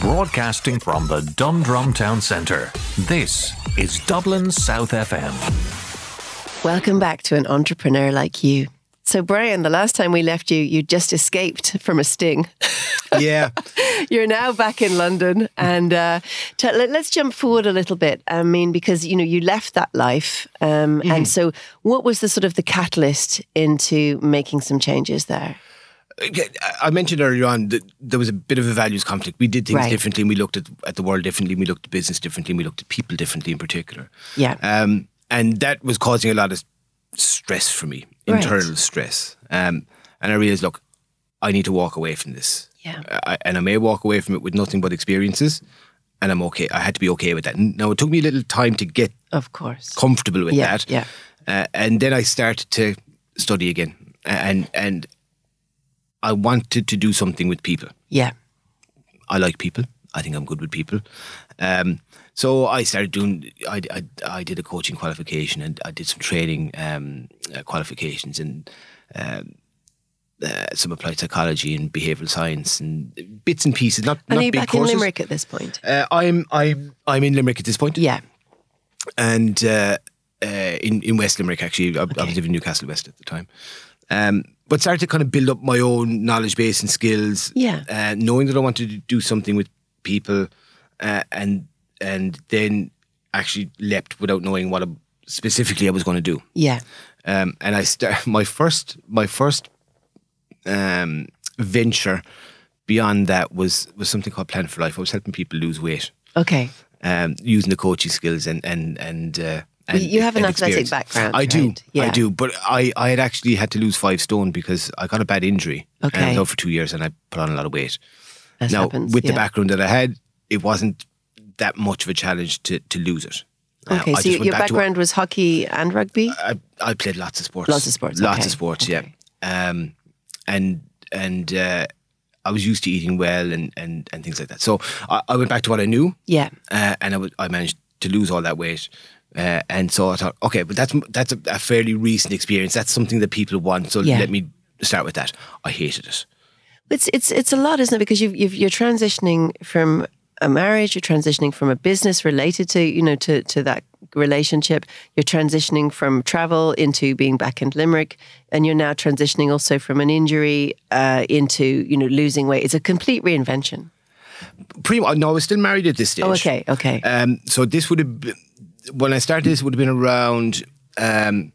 Speaker 4: Broadcasting from the Dundrum Town Centre. This is Dublin South FM.
Speaker 2: Welcome back to an entrepreneur like you. So, Brian, the last time we left you, you just escaped from a sting.
Speaker 3: Yeah,
Speaker 2: You're now back in London, and uh, t- let- let's jump forward a little bit. I mean, because you know you left that life, um,
Speaker 3: Mm-hmm.
Speaker 2: and so what was the sort of the catalyst into making some changes there?
Speaker 3: I mentioned earlier on that there was a bit of a values conflict. We did things
Speaker 2: Right.
Speaker 3: differently, and we looked at, at the world differently, and we looked at business differently, and we looked at people differently in particular.
Speaker 2: Yeah,
Speaker 3: Um, and that was causing a lot of stress for me,
Speaker 2: Right.
Speaker 3: internal stress. Um, and I realized, look, I need to walk away from this.
Speaker 2: Yeah.
Speaker 3: I, and I may walk away from it with nothing but experiences, and I'm okay. I had to be okay with that. Now, it took me a little time to get
Speaker 2: of course.
Speaker 3: comfortable with
Speaker 2: Yeah,
Speaker 3: that.
Speaker 2: yeah.
Speaker 3: Uh, and then I started to study again. And, and I wanted to do something with people.
Speaker 2: Yeah,
Speaker 3: I like people. I think I'm good with people. Um, so I started doing. I, I, I did a coaching qualification and I did some training um, uh, qualifications and um, uh, some applied psychology and behavioral science and bits and pieces. Not
Speaker 2: and
Speaker 3: not
Speaker 2: are you
Speaker 3: big
Speaker 2: back
Speaker 3: courses.
Speaker 2: in Limerick at this point?
Speaker 3: Uh, I'm I'm I'm in Limerick at this point
Speaker 2: Yeah,
Speaker 3: and uh, uh, in in West Limerick actually. I, I
Speaker 2: Okay.
Speaker 3: was living in Newcastle West at the time, um, but started to kind of build up my own knowledge base and skills.
Speaker 2: Yeah.
Speaker 3: uh, knowing that I wanted to do something with people, uh, and and then actually leapt without knowing what I, specifically I was going to do.
Speaker 2: yeah,
Speaker 3: Um, and I start [LAUGHS] my first my first um, venture beyond that was was something called Plan for Life. I was helping people lose weight
Speaker 2: okay.
Speaker 3: um, using the coaching skills and and and. Uh,
Speaker 2: Well,
Speaker 3: and
Speaker 2: you have an
Speaker 3: and
Speaker 2: athletic
Speaker 3: experience.
Speaker 2: background,
Speaker 3: I do.
Speaker 2: right? Yeah.
Speaker 3: I do. But I, I had actually had to lose five stone because I got a bad injury. And I
Speaker 2: Okay.
Speaker 3: was out for two years and I put on a lot of weight.
Speaker 2: As
Speaker 3: now,
Speaker 2: happens,
Speaker 3: with
Speaker 2: yeah.
Speaker 3: the background that I had, it wasn't that much of a challenge to, to lose it. Uh,
Speaker 2: Okay, so
Speaker 3: I just
Speaker 2: your
Speaker 3: went
Speaker 2: your
Speaker 3: back to- Uh,
Speaker 2: background was hockey and rugby.
Speaker 3: I, I played lots of sports.
Speaker 2: Lots of sports,
Speaker 3: Lots
Speaker 2: okay,
Speaker 3: of sports.
Speaker 2: okay.
Speaker 3: Yeah. Um, and and uh, I was used to eating well and and, and things like that. So I, I went back to what I knew.
Speaker 2: Yeah,
Speaker 3: Uh, and I was- I managed to lose all that weight. Uh, and so I thought, okay, but that's that's a, a fairly recent experience. That's something that people want. So
Speaker 2: Yeah.
Speaker 3: let me start with that. I hated it.
Speaker 2: It's it's it's a lot, isn't it? Because you've, you've you're transitioning from a marriage, you're transitioning from a business related to you know to to that relationship. You're transitioning from travel into being back in Limerick, and you're now transitioning also from an injury uh, into you know losing weight. It's a complete reinvention.
Speaker 3: Pretty much, no, I was still married at this stage.
Speaker 2: Oh, okay, okay,
Speaker 3: Um, so this would have been, when I started this would have been around. Um,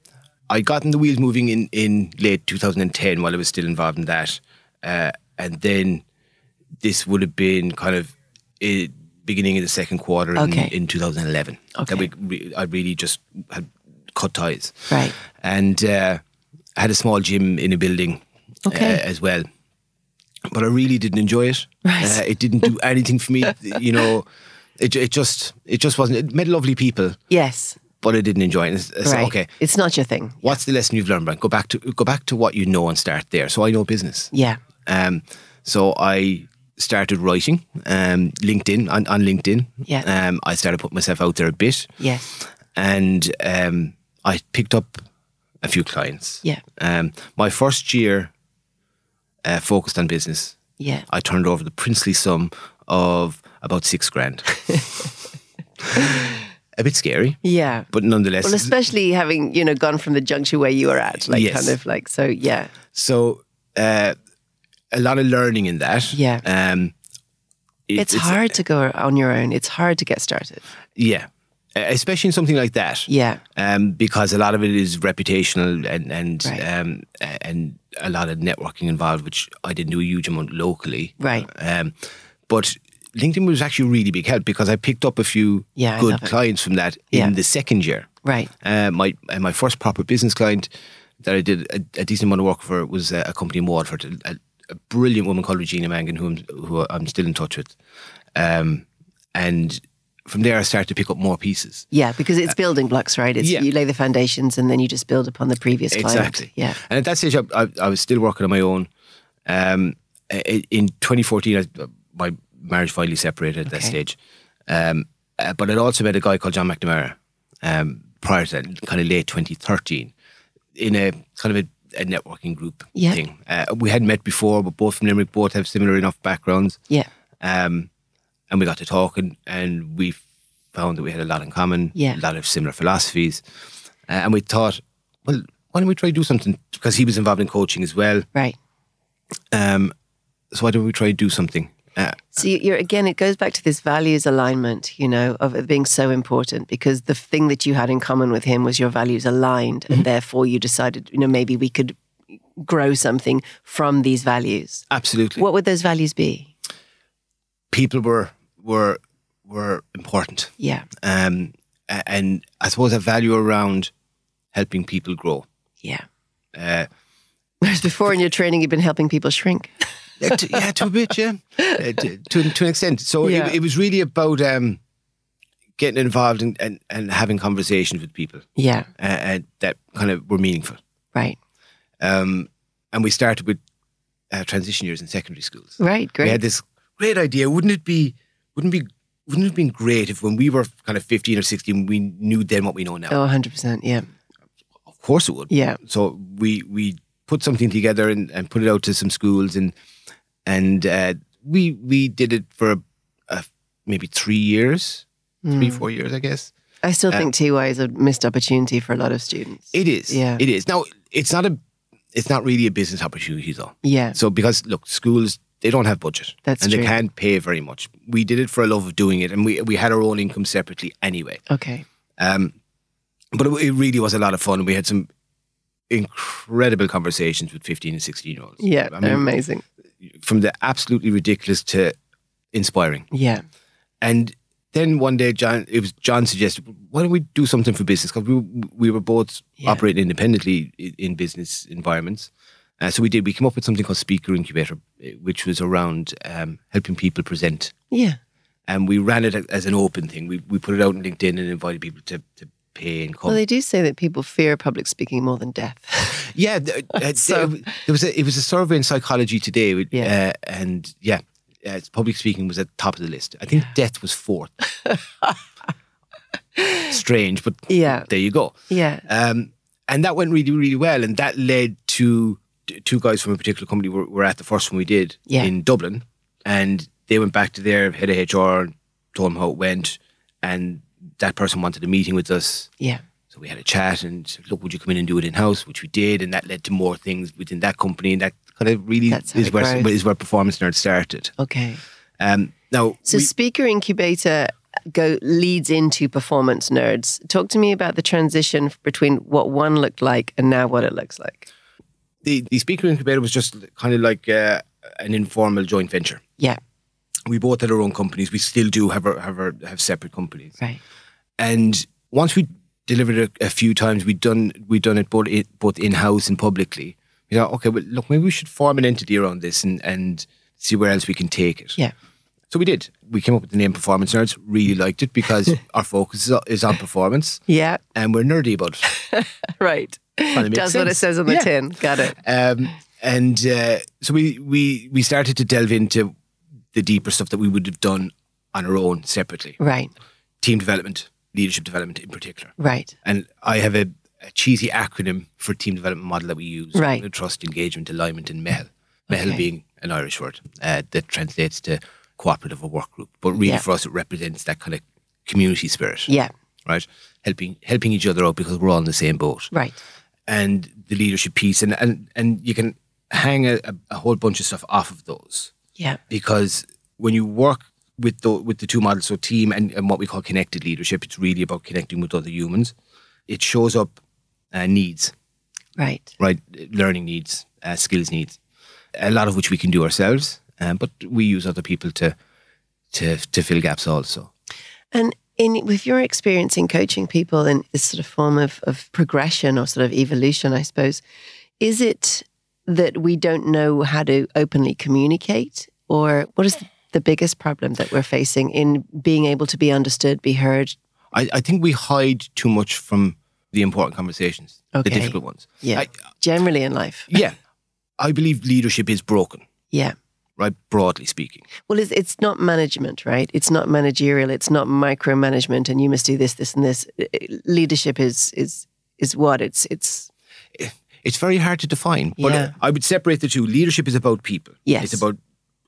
Speaker 3: I got in the wheels moving in in late 2010 while I was still involved in that, uh, and then this would have been kind of eh, beginning of the second quarter
Speaker 2: Okay.
Speaker 3: in, in 2011.
Speaker 2: Okay.
Speaker 3: That we, re- I really just had cut ties.
Speaker 2: Right.
Speaker 3: And uh, I had a small gym in a building
Speaker 2: Okay.
Speaker 3: uh, as well. But I really didn't enjoy it.
Speaker 2: Right.
Speaker 3: Uh, it didn't
Speaker 2: [LAUGHS]
Speaker 3: do anything for me. You know, it, ju- it just it just wasn't. It met lovely people,
Speaker 2: yes,
Speaker 3: but I didn't enjoy it. It's- it's
Speaker 2: right.
Speaker 3: okay,
Speaker 2: it's not your thing.
Speaker 3: what's the lesson you've learned, Brian? Go back to go back to what you know and start there. Um, So I know business.
Speaker 2: Yeah,
Speaker 3: Um, so I started writing um, LinkedIn on, on LinkedIn.
Speaker 2: Yeah.
Speaker 3: Um, I started putting myself out there a bit,
Speaker 2: Yes.
Speaker 3: and um, I picked up a few clients.
Speaker 2: Yeah.
Speaker 3: Um, my first year uh, focused on business.
Speaker 2: Yeah.
Speaker 3: I turned over the princely sum of about six
Speaker 2: [LAUGHS]
Speaker 3: grand. a bit scary,
Speaker 2: Yeah.
Speaker 3: but nonetheless.
Speaker 2: well, especially having, you know, gone from the juncture where you were at, like
Speaker 3: Yes.
Speaker 2: kind of like, so yeah.
Speaker 3: so uh, a lot of learning in that.
Speaker 2: Yeah.
Speaker 3: Um, it- uh,
Speaker 2: It's, hard to go on your own. It's hard to get started.
Speaker 3: Yeah. Uh, Especially in something like that.
Speaker 2: Yeah.
Speaker 3: um, because a lot of it is reputational and and
Speaker 2: Right.
Speaker 3: um, a- and a lot of networking involved, which I didn't do a huge amount locally.
Speaker 2: Right.
Speaker 3: Um, but LinkedIn was actually really big help because I picked up a few
Speaker 2: Yeah, I
Speaker 3: good
Speaker 2: love it.
Speaker 3: clients from that in
Speaker 2: Yeah.
Speaker 3: the second year.
Speaker 2: Right.
Speaker 3: Uh, my and my first proper business client that I did a, a decent amount of work for was uh, a company in Waterford, a, a brilliant woman called Regina Mangan, who I'm, who I'm still in touch with. Um, and from there, I started to pick up more pieces.
Speaker 2: Yeah, because it's building blocks, right? It's,
Speaker 3: Uh, yeah.
Speaker 2: You lay the foundations and then you just build upon the previous client.
Speaker 3: Exactly.
Speaker 2: Yeah.
Speaker 3: And at that stage, I, I, I was still working on my own. Um, i- in 2014, I, my marriage finally separated at that
Speaker 2: Okay.
Speaker 3: stage. Um, uh, but I'd also met a guy called John McNamara um, prior to that, kind of late 2013, in a kind of a, a networking group
Speaker 2: Yeah.
Speaker 3: thing. Uh, we had met before, but both from Limerick, both have similar enough backgrounds.
Speaker 2: Yeah.
Speaker 3: Um, and we got to talking, and we found that we had a lot in common,
Speaker 2: Yeah.
Speaker 3: a lot of similar philosophies. Uh, and we thought, well, why don't we try to do something? Because he was involved in coaching as well.
Speaker 2: Right.
Speaker 3: Um, so why don't we try to do something? Uh,
Speaker 2: So you- you're again, it goes back to this values alignment, you know, of it being so important because the thing that you had in common with him was your values aligned,
Speaker 3: Mm-hmm.
Speaker 2: and therefore you decided, you know, maybe we could grow something from these values.
Speaker 3: absolutely.
Speaker 2: What would those values be?
Speaker 3: People were were were important.
Speaker 2: Yeah,
Speaker 3: Um, a- and I suppose a value around helping people grow.
Speaker 2: yeah.
Speaker 3: Uh,
Speaker 2: Whereas before in your training, you've been helping people shrink.
Speaker 3: yeah, to, yeah, to a bit, yeah, Uh, to, to to an extent. So
Speaker 2: Yeah.
Speaker 3: it, it was really about um, getting involved and, and, and having conversations with people
Speaker 2: Yeah,
Speaker 3: uh, uh, that kind of were meaningful.
Speaker 2: right,
Speaker 3: Um, and we started with uh, transition years in secondary schools.
Speaker 2: right,
Speaker 3: We had
Speaker 2: great.
Speaker 3: this great idea. Wouldn't it be? Wouldn't be? Wouldn't it have been great if when we were kind of fifteen or sixteen, we knew then what we know now?
Speaker 2: Oh, 100%. Yeah,
Speaker 3: Of course, it would.
Speaker 2: yeah,
Speaker 3: So we we put something together and, and put it out to some schools and and uh, we we did it for uh, maybe three years, three
Speaker 2: Hmm.
Speaker 3: four years, I guess.
Speaker 2: I still think TY is a missed opportunity for a lot of students.
Speaker 3: Uh, It is.
Speaker 2: Yeah.
Speaker 3: It is. Now it's not a it's not really a business opportunity though.
Speaker 2: Yeah,
Speaker 3: So because look, schools they don't have budget.
Speaker 2: That's
Speaker 3: and
Speaker 2: true.
Speaker 3: they can't pay very much. We did it for a love of doing it, and we we had our own income separately anyway.
Speaker 2: okay.
Speaker 3: Um, but it, it really was a lot of fun. We had some incredible conversations with fifteen and sixteen year olds.
Speaker 2: Yeah, um,
Speaker 3: I
Speaker 2: they're
Speaker 3: mean,
Speaker 2: amazing.
Speaker 3: from the absolutely ridiculous to inspiring.
Speaker 2: Yeah,
Speaker 3: And then one day, John, it was John suggested, why don't we do something for business? Because we, we were both
Speaker 2: Yeah.
Speaker 3: operating independently i- in business environments. Uh, so we did. We came up with something called Speaker Incubator, eh, which was around um, helping people present.
Speaker 2: yeah,
Speaker 3: And we ran it as an open thing. We, we put it out on LinkedIn and invited people to, to pay and come.
Speaker 2: Well, they do say that people fear public speaking more than death.
Speaker 3: Yeah, th- uh, th-
Speaker 2: So-
Speaker 3: there was a, it was a survey in psychology today, with,
Speaker 2: Yeah.
Speaker 3: uh, and yeah, uh, public speaking was at the top of the list. I think death was fourth. Strange, but
Speaker 2: Yeah.
Speaker 3: there you go.
Speaker 2: [LAUGHS] yeah.
Speaker 3: Um, and that went really, really well, and that led to t- two guys from a particular company were, were at the first one we did
Speaker 2: Yeah.
Speaker 3: in Dublin, and they went back to their head of HR, told them how it went, and that person wanted a meeting with us.
Speaker 2: Yeah.
Speaker 3: So we had a chat and said, look, would you come in and do it in house? Which we did, and that led to more things within that company, and that kind of really
Speaker 2: That's how
Speaker 3: is
Speaker 2: it
Speaker 3: where
Speaker 2: grows.
Speaker 3: is where performance nerd started.
Speaker 2: Okay.
Speaker 3: Um, now,
Speaker 2: So
Speaker 3: we-
Speaker 2: speaker incubator go leads into performance nerds. Talk to me about the transition f- between what one looked like and now what it looks like.
Speaker 3: the the speaker incubator was just kind of like uh, an informal joint venture.
Speaker 2: Yeah.
Speaker 3: We both had our own companies. We still do have our, have our, have separate companies.
Speaker 2: Right.
Speaker 3: And once we delivered it a, a few times, we'd done we'd done it both in, both in house and publicly. You know, okay, well, look, maybe we should form an entity around this and and see where else we can take it.
Speaker 2: Yeah.
Speaker 3: So we did. We came up with the name Performance Nerds. Really liked
Speaker 2: [LAUGHS]
Speaker 3: it because our focus is on- is on performance
Speaker 2: Yeah. [LAUGHS]
Speaker 3: and we're nerdy about it.
Speaker 2: Right.
Speaker 3: Kinda makes
Speaker 2: Does what it
Speaker 3: sense.
Speaker 2: says on the
Speaker 3: Yeah.
Speaker 2: tin. Got it.
Speaker 3: Um, and uh, so we, we, we started to delve into the deeper stuff that we would have done on our own separately.
Speaker 2: Right.
Speaker 3: Team development, leadership development in particular.
Speaker 2: Right.
Speaker 3: And I have a, a cheesy acronym for team development model that we use
Speaker 2: Right.
Speaker 3: uh, trust, engagement, alignment, and MEHL. MEHL
Speaker 2: Okay.
Speaker 3: being an Irish word uh, that translates to cooperative or work group. But really
Speaker 2: Yeah.
Speaker 3: for us, it represents that kind of community spirit,
Speaker 2: Yeah.
Speaker 3: right? Helping, helping each other out because we're all in the same boat
Speaker 2: Right.
Speaker 3: and the leadership piece and and, and you can hang a, a- a whole bunch of stuff off of those
Speaker 2: Yeah.
Speaker 3: because when you work with the with the two models so team and, and what we call connected leadership it's really about connecting with other humans it shows up uh, needs
Speaker 2: Right.
Speaker 3: right learning needs uh, skills needs a lot of which we can do ourselves um, but we use other people to to to fill gaps also
Speaker 2: And in with your experience in coaching people in this sort of form of, of progression or sort of evolution, I suppose, is it that we don't know how to openly communicate? Or what is the biggest problem that we're facing in being able to be understood, be heard?
Speaker 3: I, I think we hide too much from the important conversations
Speaker 2: Okay.
Speaker 3: the difficult ones
Speaker 2: Yeah.
Speaker 3: I-
Speaker 2: generally in life.
Speaker 3: yeah i believe leadership is broken
Speaker 2: Yeah.
Speaker 3: right? Broadly speaking.
Speaker 2: Well, it's, it's not management, right? It's not managerial. It's not micromanagement, and you must do this, this, and this. I- I- Leadership is is is what it's it's
Speaker 3: It's very hard to define, but
Speaker 2: Yeah.
Speaker 3: I would separate the two. Leadership is about people.
Speaker 2: Yes.
Speaker 3: It's about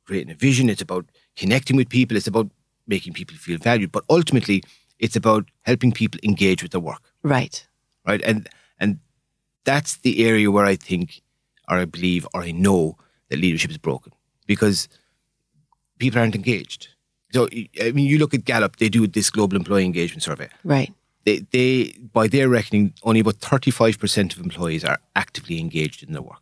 Speaker 3: creating a vision, it's about connecting with people, it's about making people feel valued, but ultimately it's about helping people engage with their work,
Speaker 2: right.
Speaker 3: right? And and that's the area where I think or I believe or I know that leadership is broken because people aren't engaged. So I mean you look at Gallup, they do this global employee engagement survey.
Speaker 2: Right.
Speaker 3: they, they by their reckoning, only about 35% of employees are actively engaged in their work.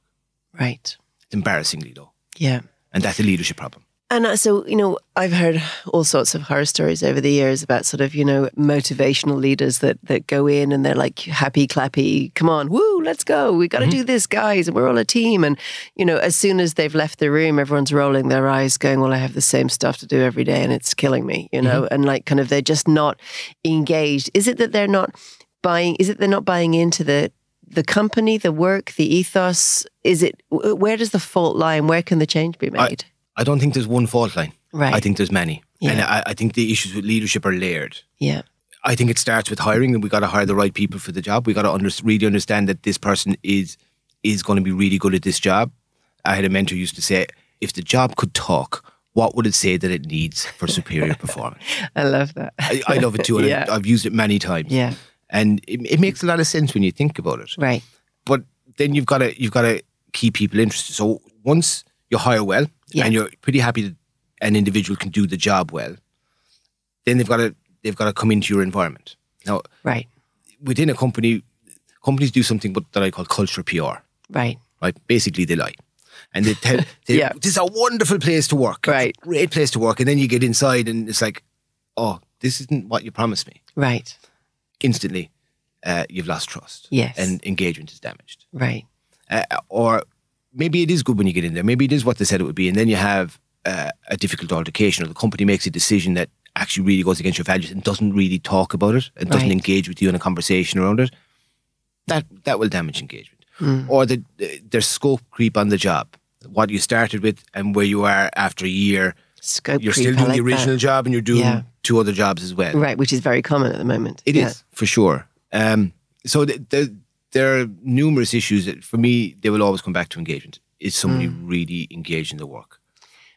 Speaker 2: Right.
Speaker 3: It's embarrassingly low.
Speaker 2: Yeah.
Speaker 3: And that's a leadership problem.
Speaker 2: And uh, so, you know, I've heard all sorts of horror stories over the years about sort of, you know, motivational leaders that that go in and they're like happy clappy, come on, woo, let's go. We got to do this, guys, and we're all a team and, you know, as soon as they've left the room, everyone's rolling their eyes going, well, I have the same stuff to do every day and it's killing me, you know, and like kind of they're just not engaged. Is it that they're not buying is it they're not buying into the the company, the work, the ethos, is it wh- where does the fault lie and where can the change be made?
Speaker 3: I don't think there's one fault line.
Speaker 2: Right.
Speaker 3: I think there's many. And
Speaker 2: Yeah.
Speaker 3: I, I think the issues with leadership are layered.
Speaker 2: Yeah.
Speaker 3: I think it starts with hiring, and we got to hire the right people for the job. We got to under, really understand that this person is is going to be really good at this job. I had a mentor who used to say, if the job could talk, what would it say that it needs
Speaker 2: [LAUGHS]
Speaker 3: for superior performance?
Speaker 2: I love that.
Speaker 3: I, I love it too, and
Speaker 2: Yeah.
Speaker 3: I've, I've used it many times.
Speaker 2: Yeah.
Speaker 3: and it, it makes a lot of sense when you think about it.
Speaker 2: Right.
Speaker 3: But then you've got to you've got to keep people interested. So once you hire well
Speaker 2: Yeah.
Speaker 3: and you're pretty happy that an individual can do the job well, then they've got to they've got to come into your environment. Now
Speaker 2: Right.
Speaker 3: within a company, companies do something what that I call culture PR.
Speaker 2: Right.
Speaker 3: Right, basically they lie. And they
Speaker 2: [LAUGHS]
Speaker 3: tell they,
Speaker 2: Yeah.
Speaker 3: this is a wonderful place to work. It's a
Speaker 2: Right.
Speaker 3: great place to work. And then you get inside and it's like, oh, this isn't what you promised me
Speaker 2: Right.
Speaker 3: instantly uh, you've lost trust.
Speaker 2: Yes.
Speaker 3: And engagement is damaged.
Speaker 2: Right.
Speaker 3: Uh, or maybe it is good when you get in there. Maybe it is what they said it would be. And then you have uh, a difficult altercation, or the company makes a decision that actually really goes against your values and doesn't really talk about it and doesn't
Speaker 2: Right.
Speaker 3: engage with you in a conversation around it. That that will damage engagement.
Speaker 2: Hmm.
Speaker 3: Or the, the, there's scope creep on the job. What you started with and where you are after a year,
Speaker 2: Scope
Speaker 3: you're
Speaker 2: creep,
Speaker 3: still
Speaker 2: I
Speaker 3: doing
Speaker 2: like
Speaker 3: the original job and you're doing
Speaker 2: Yeah.
Speaker 3: two other jobs as well.
Speaker 2: that. Right, which is very common at the moment.
Speaker 3: It is
Speaker 2: Yeah.
Speaker 3: for sure. Um, so th- th- there are numerous issues that, for me, they will always come back to engagement. Is somebody really engaged in the work?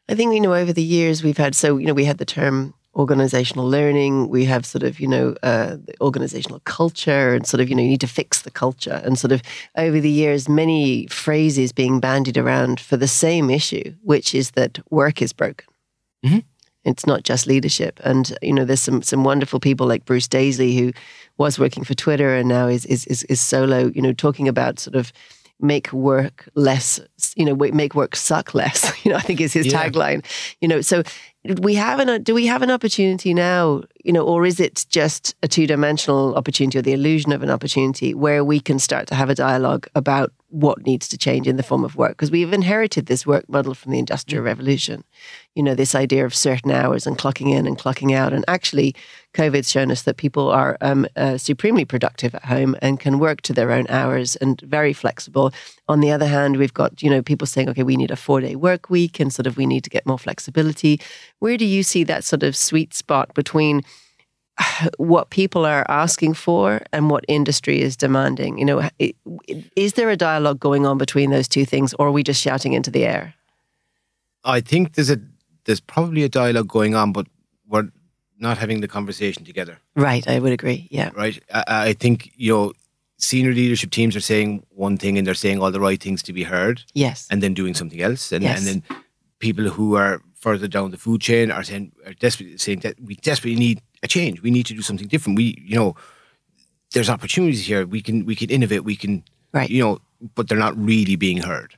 Speaker 2: I think you know over the years we've had so you know we had the term organizational learning. We have sort of you know uh, the organizational culture and sort of you know you need to fix the culture and sort of over the years many phrases being bandied around for the same issue, which is that work is broken.
Speaker 3: Mhm.
Speaker 2: It's not just leadership, and you know there's some some wonderful people like Bruce Daisley who was working for Twitter and now is is is, is solo. You know talking about sort of make work less you know make work suck less [LAUGHS] you know i think is his
Speaker 3: Yeah.
Speaker 2: tagline you know so we have an do we have an opportunity now you know, or is it just a two dimensional opportunity or the illusion of an opportunity where we can start to have a dialogue about what needs to change in the form of work? Because we've inherited this work model from the Industrial Revolution, you know, this idea of certain hours and clocking in and clocking out. And actually, COVID's shown us that people are um, uh, supremely productive at home and can work to their own hours and very flexible. On the other hand, we've got, you know, people saying, okay, we need a four day work week and sort of we need to get more flexibility. Where do you see that sort of sweet spot between what people are asking for and what industry is demanding? You know, is there a dialogue going on between those two things or are we just shouting into the air?
Speaker 3: I think there's a there's probably a dialogue going on, but we're not having the conversation together.
Speaker 2: Right, I would agree. Yeah.
Speaker 3: Right. I, I think you know senior leadership teams are saying one thing and they're saying all the right things to be heard
Speaker 2: Yes.
Speaker 3: and then doing something else, and,
Speaker 2: Yes.
Speaker 3: and then people who are further down the food chain are saying are desperately saying that we desperately need a change. We need to do something different. We you know there's opportunities here. We can we can innovate. We can
Speaker 2: Right.
Speaker 3: you know, but they're not really being heard.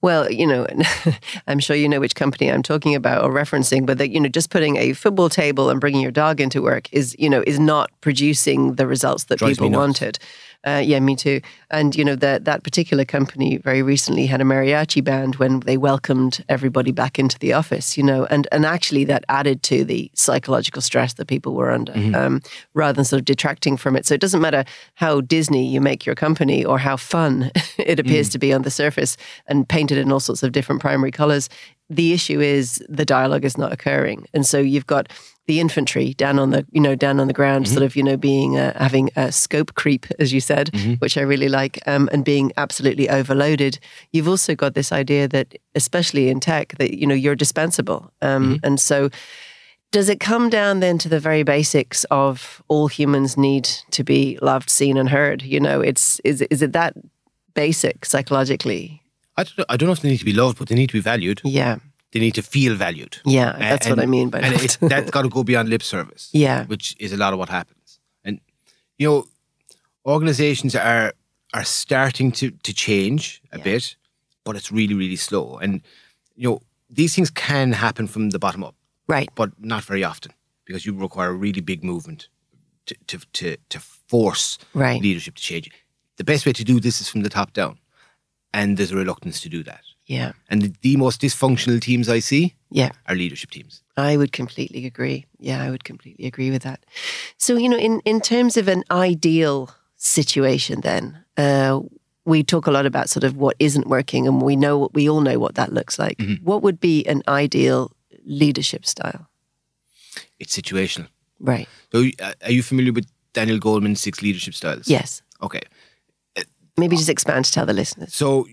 Speaker 2: Well, you know, [LAUGHS] I'm sure you know which company I'm talking about or referencing, but that you know, just putting a football table and bringing your dog into work is, you know, is not producing the results that
Speaker 3: Drives me
Speaker 2: people
Speaker 3: nuts.
Speaker 2: wanted. Uh, yeah, me too. And you know that that particular company very recently had a mariachi band when they welcomed everybody back into the office. You know, and and actually that added to the psychological stress that people were under, um, rather than sort of detracting from it. So it doesn't matter how Disney you make your company or how fun [LAUGHS] it appears to be on the surface and painted in all sorts of different primary colors. The issue is the dialogue is not occurring, and so you've got the infantry down on the you know down on the ground,
Speaker 3: Mm-hmm.
Speaker 2: sort of you know being uh, having a scope creep, as you said,
Speaker 3: Mm-hmm.
Speaker 2: which I really like, um, and being absolutely overloaded. You've also got this idea that, especially in tech, that you know you're dispensable, um,
Speaker 3: Mm-hmm.
Speaker 2: and so does it come down then to the very basics of all humans need to be loved, seen, and heard? You know, it's is is it that basic psychologically?
Speaker 3: I don't, know, I don't know if they need to be loved, but they need to be valued.
Speaker 2: Yeah,
Speaker 3: They need to feel valued.
Speaker 2: yeah, that's
Speaker 3: And-
Speaker 2: what I mean by
Speaker 3: and
Speaker 2: that.
Speaker 3: it's- that's got to go beyond lip service.
Speaker 2: Yeah.
Speaker 3: which is a lot of what happens. And you know, organizations are are starting to to change a bit, but it's really really slow. And you know, these things can happen from the bottom up,
Speaker 2: right,
Speaker 3: but not very often because you require a really big movement to to to, to force
Speaker 2: Right.
Speaker 3: leadership to change. The best way to do this is from the top down, and there's a reluctance to do that.
Speaker 2: yeah,
Speaker 3: And the, the most dysfunctional teams I see
Speaker 2: yeah.
Speaker 3: are leadership teams.
Speaker 2: I would completely agree. Yeah, I would completely agree with that. So, you know, in, in terms of an ideal situation, then, uh, we talk a lot about sort of what isn't working, and we know what we all know what that looks like. What would be an ideal leadership style?
Speaker 3: It's situational.
Speaker 2: Right.
Speaker 3: So, uh, are you familiar with Daniel Goldman's six leadership styles?
Speaker 2: Yes.
Speaker 3: Okay.
Speaker 2: Maybe just expand to tell the listeners.
Speaker 3: So,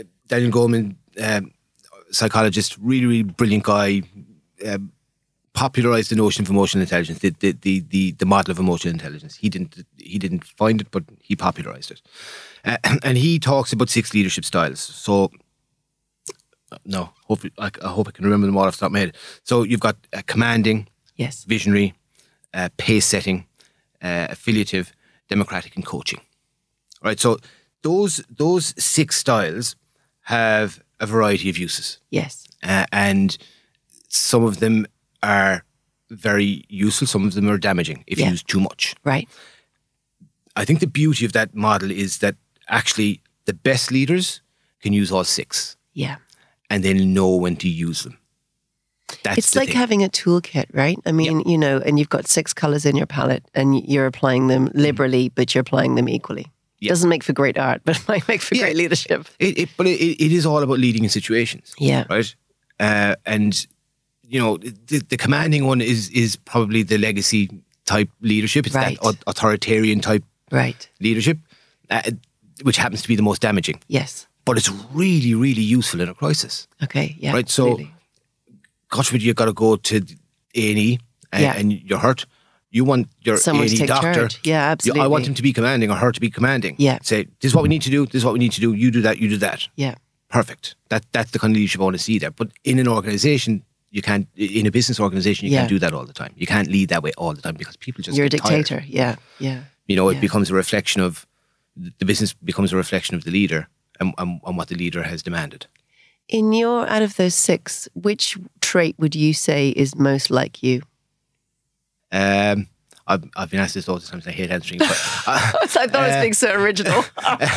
Speaker 3: uh, Daniel Goldman, um, psychologist, really, really brilliant guy, um, popularized the notion of emotional intelligence, the the, the the the model of emotional intelligence. He didn't he didn't find it, but he popularized it, uh, [CLEARS THROAT] and he talks about six leadership styles. So. uh, No, hopefully, I, I hope I can remember them all off the top of my head. So you've got uh, commanding,
Speaker 2: Yes.
Speaker 3: visionary, uh, pace setting, uh, affiliative, democratic, and coaching. All right, so those those six styles have a variety of uses,
Speaker 2: Yes.
Speaker 3: uh, and some of them are very useful. Some of them are damaging if
Speaker 2: Yeah.
Speaker 3: used too much.
Speaker 2: Right.
Speaker 3: I think the beauty of that model is that actually the best leaders can use all six,
Speaker 2: Yeah.
Speaker 3: and they know when to use them. That's
Speaker 2: It's
Speaker 3: the
Speaker 2: like
Speaker 3: thing.
Speaker 2: having a toolkit, right? I mean, you know, and you've got six colors in your palette and you're applying them liberally, but you're applying them equally.
Speaker 3: Mm. Yeah.
Speaker 2: Doesn't make for great art, [LAUGHS] but it might make for
Speaker 3: Yeah.
Speaker 2: great leadership.
Speaker 3: It, it, but it, it is all about leading in situations.
Speaker 2: Yeah.
Speaker 3: Right. Uh, and you know the, the commanding one is is probably the legacy type leadership. It's
Speaker 2: Right.
Speaker 3: that au- authoritarian type
Speaker 2: Right.
Speaker 3: leadership, uh, which happens to be the most damaging.
Speaker 2: Yes.
Speaker 3: But it's really really useful in a crisis.
Speaker 2: Okay. Yeah.
Speaker 3: Right, so-
Speaker 2: absolutely.
Speaker 3: Gosh, but you got to go to A and E,
Speaker 2: Yeah.
Speaker 3: and you're hurt. You want your A
Speaker 2: Someone
Speaker 3: and
Speaker 2: to
Speaker 3: E
Speaker 2: take
Speaker 3: doctor.
Speaker 2: charge. Yeah,
Speaker 3: you-
Speaker 2: absolutely.
Speaker 3: I want him to be commanding or her to be commanding.
Speaker 2: Yeah.
Speaker 3: Say this is what we need to do. This is what we need to do. You do that. You do that.
Speaker 2: Yeah.
Speaker 3: perfect. That that's the kind of leadership I want to see there. But in an organization, you can't in a business organization, you
Speaker 2: Yeah.
Speaker 3: can't do that all the time. You can't lead that way all the time because people just
Speaker 2: You're a
Speaker 3: get tired.
Speaker 2: dictator. Yeah. Yeah.
Speaker 3: You know, it
Speaker 2: Yeah.
Speaker 3: becomes a reflection of the business becomes a reflection of the leader and, and, and what the leader has demanded.
Speaker 2: In your, out of those six, which trait would you say is most like you?
Speaker 3: Um, I've, I've been asked this loads of times. I hate answering, but uh,
Speaker 2: [LAUGHS] I thought it was being so original.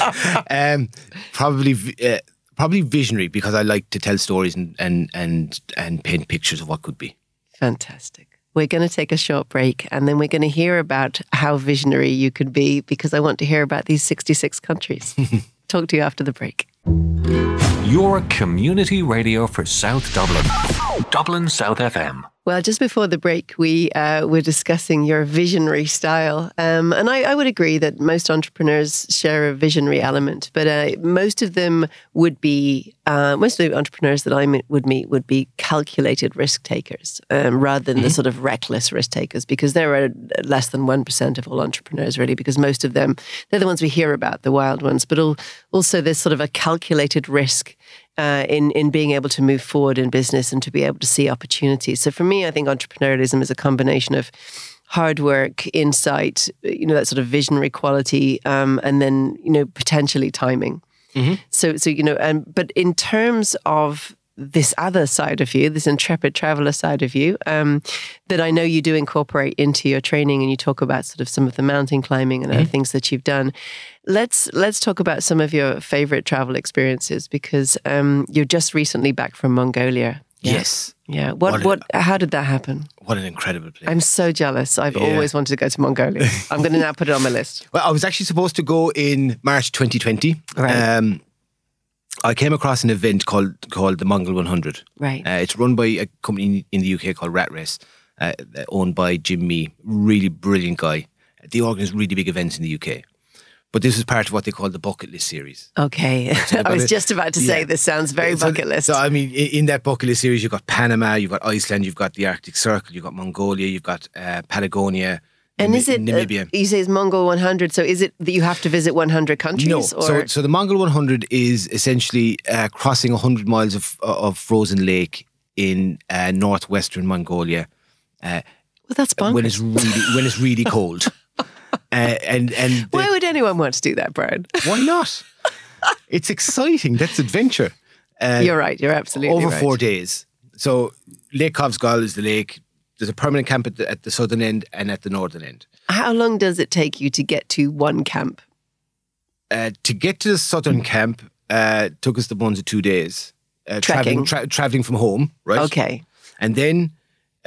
Speaker 3: [LAUGHS] um, probably vi- uh, probably visionary because I like to tell stories and and and and paint pictures of what could be.
Speaker 2: Fantastic. We're going to take a short break and then we're going to hear about how visionary you could be because I want to hear about these 66 countries. Talk to you after the break.
Speaker 4: Your community radio for South Dublin. Dublin South FM.
Speaker 2: Well, just before the break, we uh, were discussing your visionary style. Um, and I, I would agree that most entrepreneurs share a visionary element, but uh, most of them would be, uh, most of the entrepreneurs that I meet, would meet would be calculated risk takers um, rather than the sort of reckless risk takers, because there are less than 1% of all entrepreneurs, really, because most of them, they're the ones we hear about, the wild ones, but al- also there's sort of a calculated risk uh, in in being able to move forward in business and to be able to see opportunities. So for me, I think entrepreneurialism is a combination of hard work, insight, you know, that sort of visionary quality, um, and then you know potentially timing.
Speaker 3: Mm-hmm.
Speaker 2: So so you know, um, but in terms of this other side of you, this intrepid traveler side of you, um, that I know you do incorporate into your training, and you talk about sort of some of the mountain climbing and other
Speaker 3: Mm-hmm.
Speaker 2: things that you've done. Let's let's talk about some of your favorite travel experiences because um, you're just recently back from Mongolia.
Speaker 3: Yes,
Speaker 2: Yeah. What,
Speaker 3: What-
Speaker 2: what how did that happen?
Speaker 3: what an incredible place.
Speaker 2: I'm so jealous. I've always wanted to go to Mongolia. I'm going to now put it on my list.
Speaker 3: [LAUGHS] Well, I was actually supposed to go in March 2020.
Speaker 2: Right.
Speaker 3: Um, I came across an event called called the Mongol 100.
Speaker 2: Right.
Speaker 3: Uh, it's run by a company in the UK called Rat Race, uh, owned by Jim Mee. Really brilliant guy. They organise really big events in the UK. But this is part of what they call the bucket list series.
Speaker 2: Okay. [LAUGHS] I was
Speaker 3: it-
Speaker 2: just about to say
Speaker 3: yeah.
Speaker 2: this sounds very
Speaker 3: So-
Speaker 2: bucket list.
Speaker 3: So, I mean, in, in that bucket list series, you've got Panama, you've got Iceland, you've got the Arctic Circle, you've got Mongolia, you've got uh, Patagonia,
Speaker 2: and
Speaker 3: Nami-
Speaker 2: is it uh,
Speaker 3: Namibia.
Speaker 2: you say it's Mongol 100? So is it that you have to visit 100 countries?
Speaker 3: No,
Speaker 2: or
Speaker 3: so so the Mongol 100 is essentially uh, crossing 100 miles of uh, of frozen lake in uh, northwestern Mongolia
Speaker 2: well, that's bonkers.
Speaker 3: uh, when it's really when it's really
Speaker 2: [LAUGHS]
Speaker 3: cold, uh, and and the-
Speaker 2: Why would anyone want to do that, Brian? [LAUGHS]
Speaker 3: why not? It's exciting. That's adventure. Uh,
Speaker 2: you're right. You're absolutely
Speaker 3: over
Speaker 2: right.
Speaker 3: four days. So Lake Kovsgol is the lake. There's a permanent camp at the, at the southern end and at the northern end.
Speaker 2: How long does it take you to get to one camp?
Speaker 3: uh, to get to the southern camp uh, took us the ones of two days. Uh,
Speaker 2: Trekking.
Speaker 3: traveling, tra- traveling from home, right?
Speaker 2: Okay.
Speaker 3: And then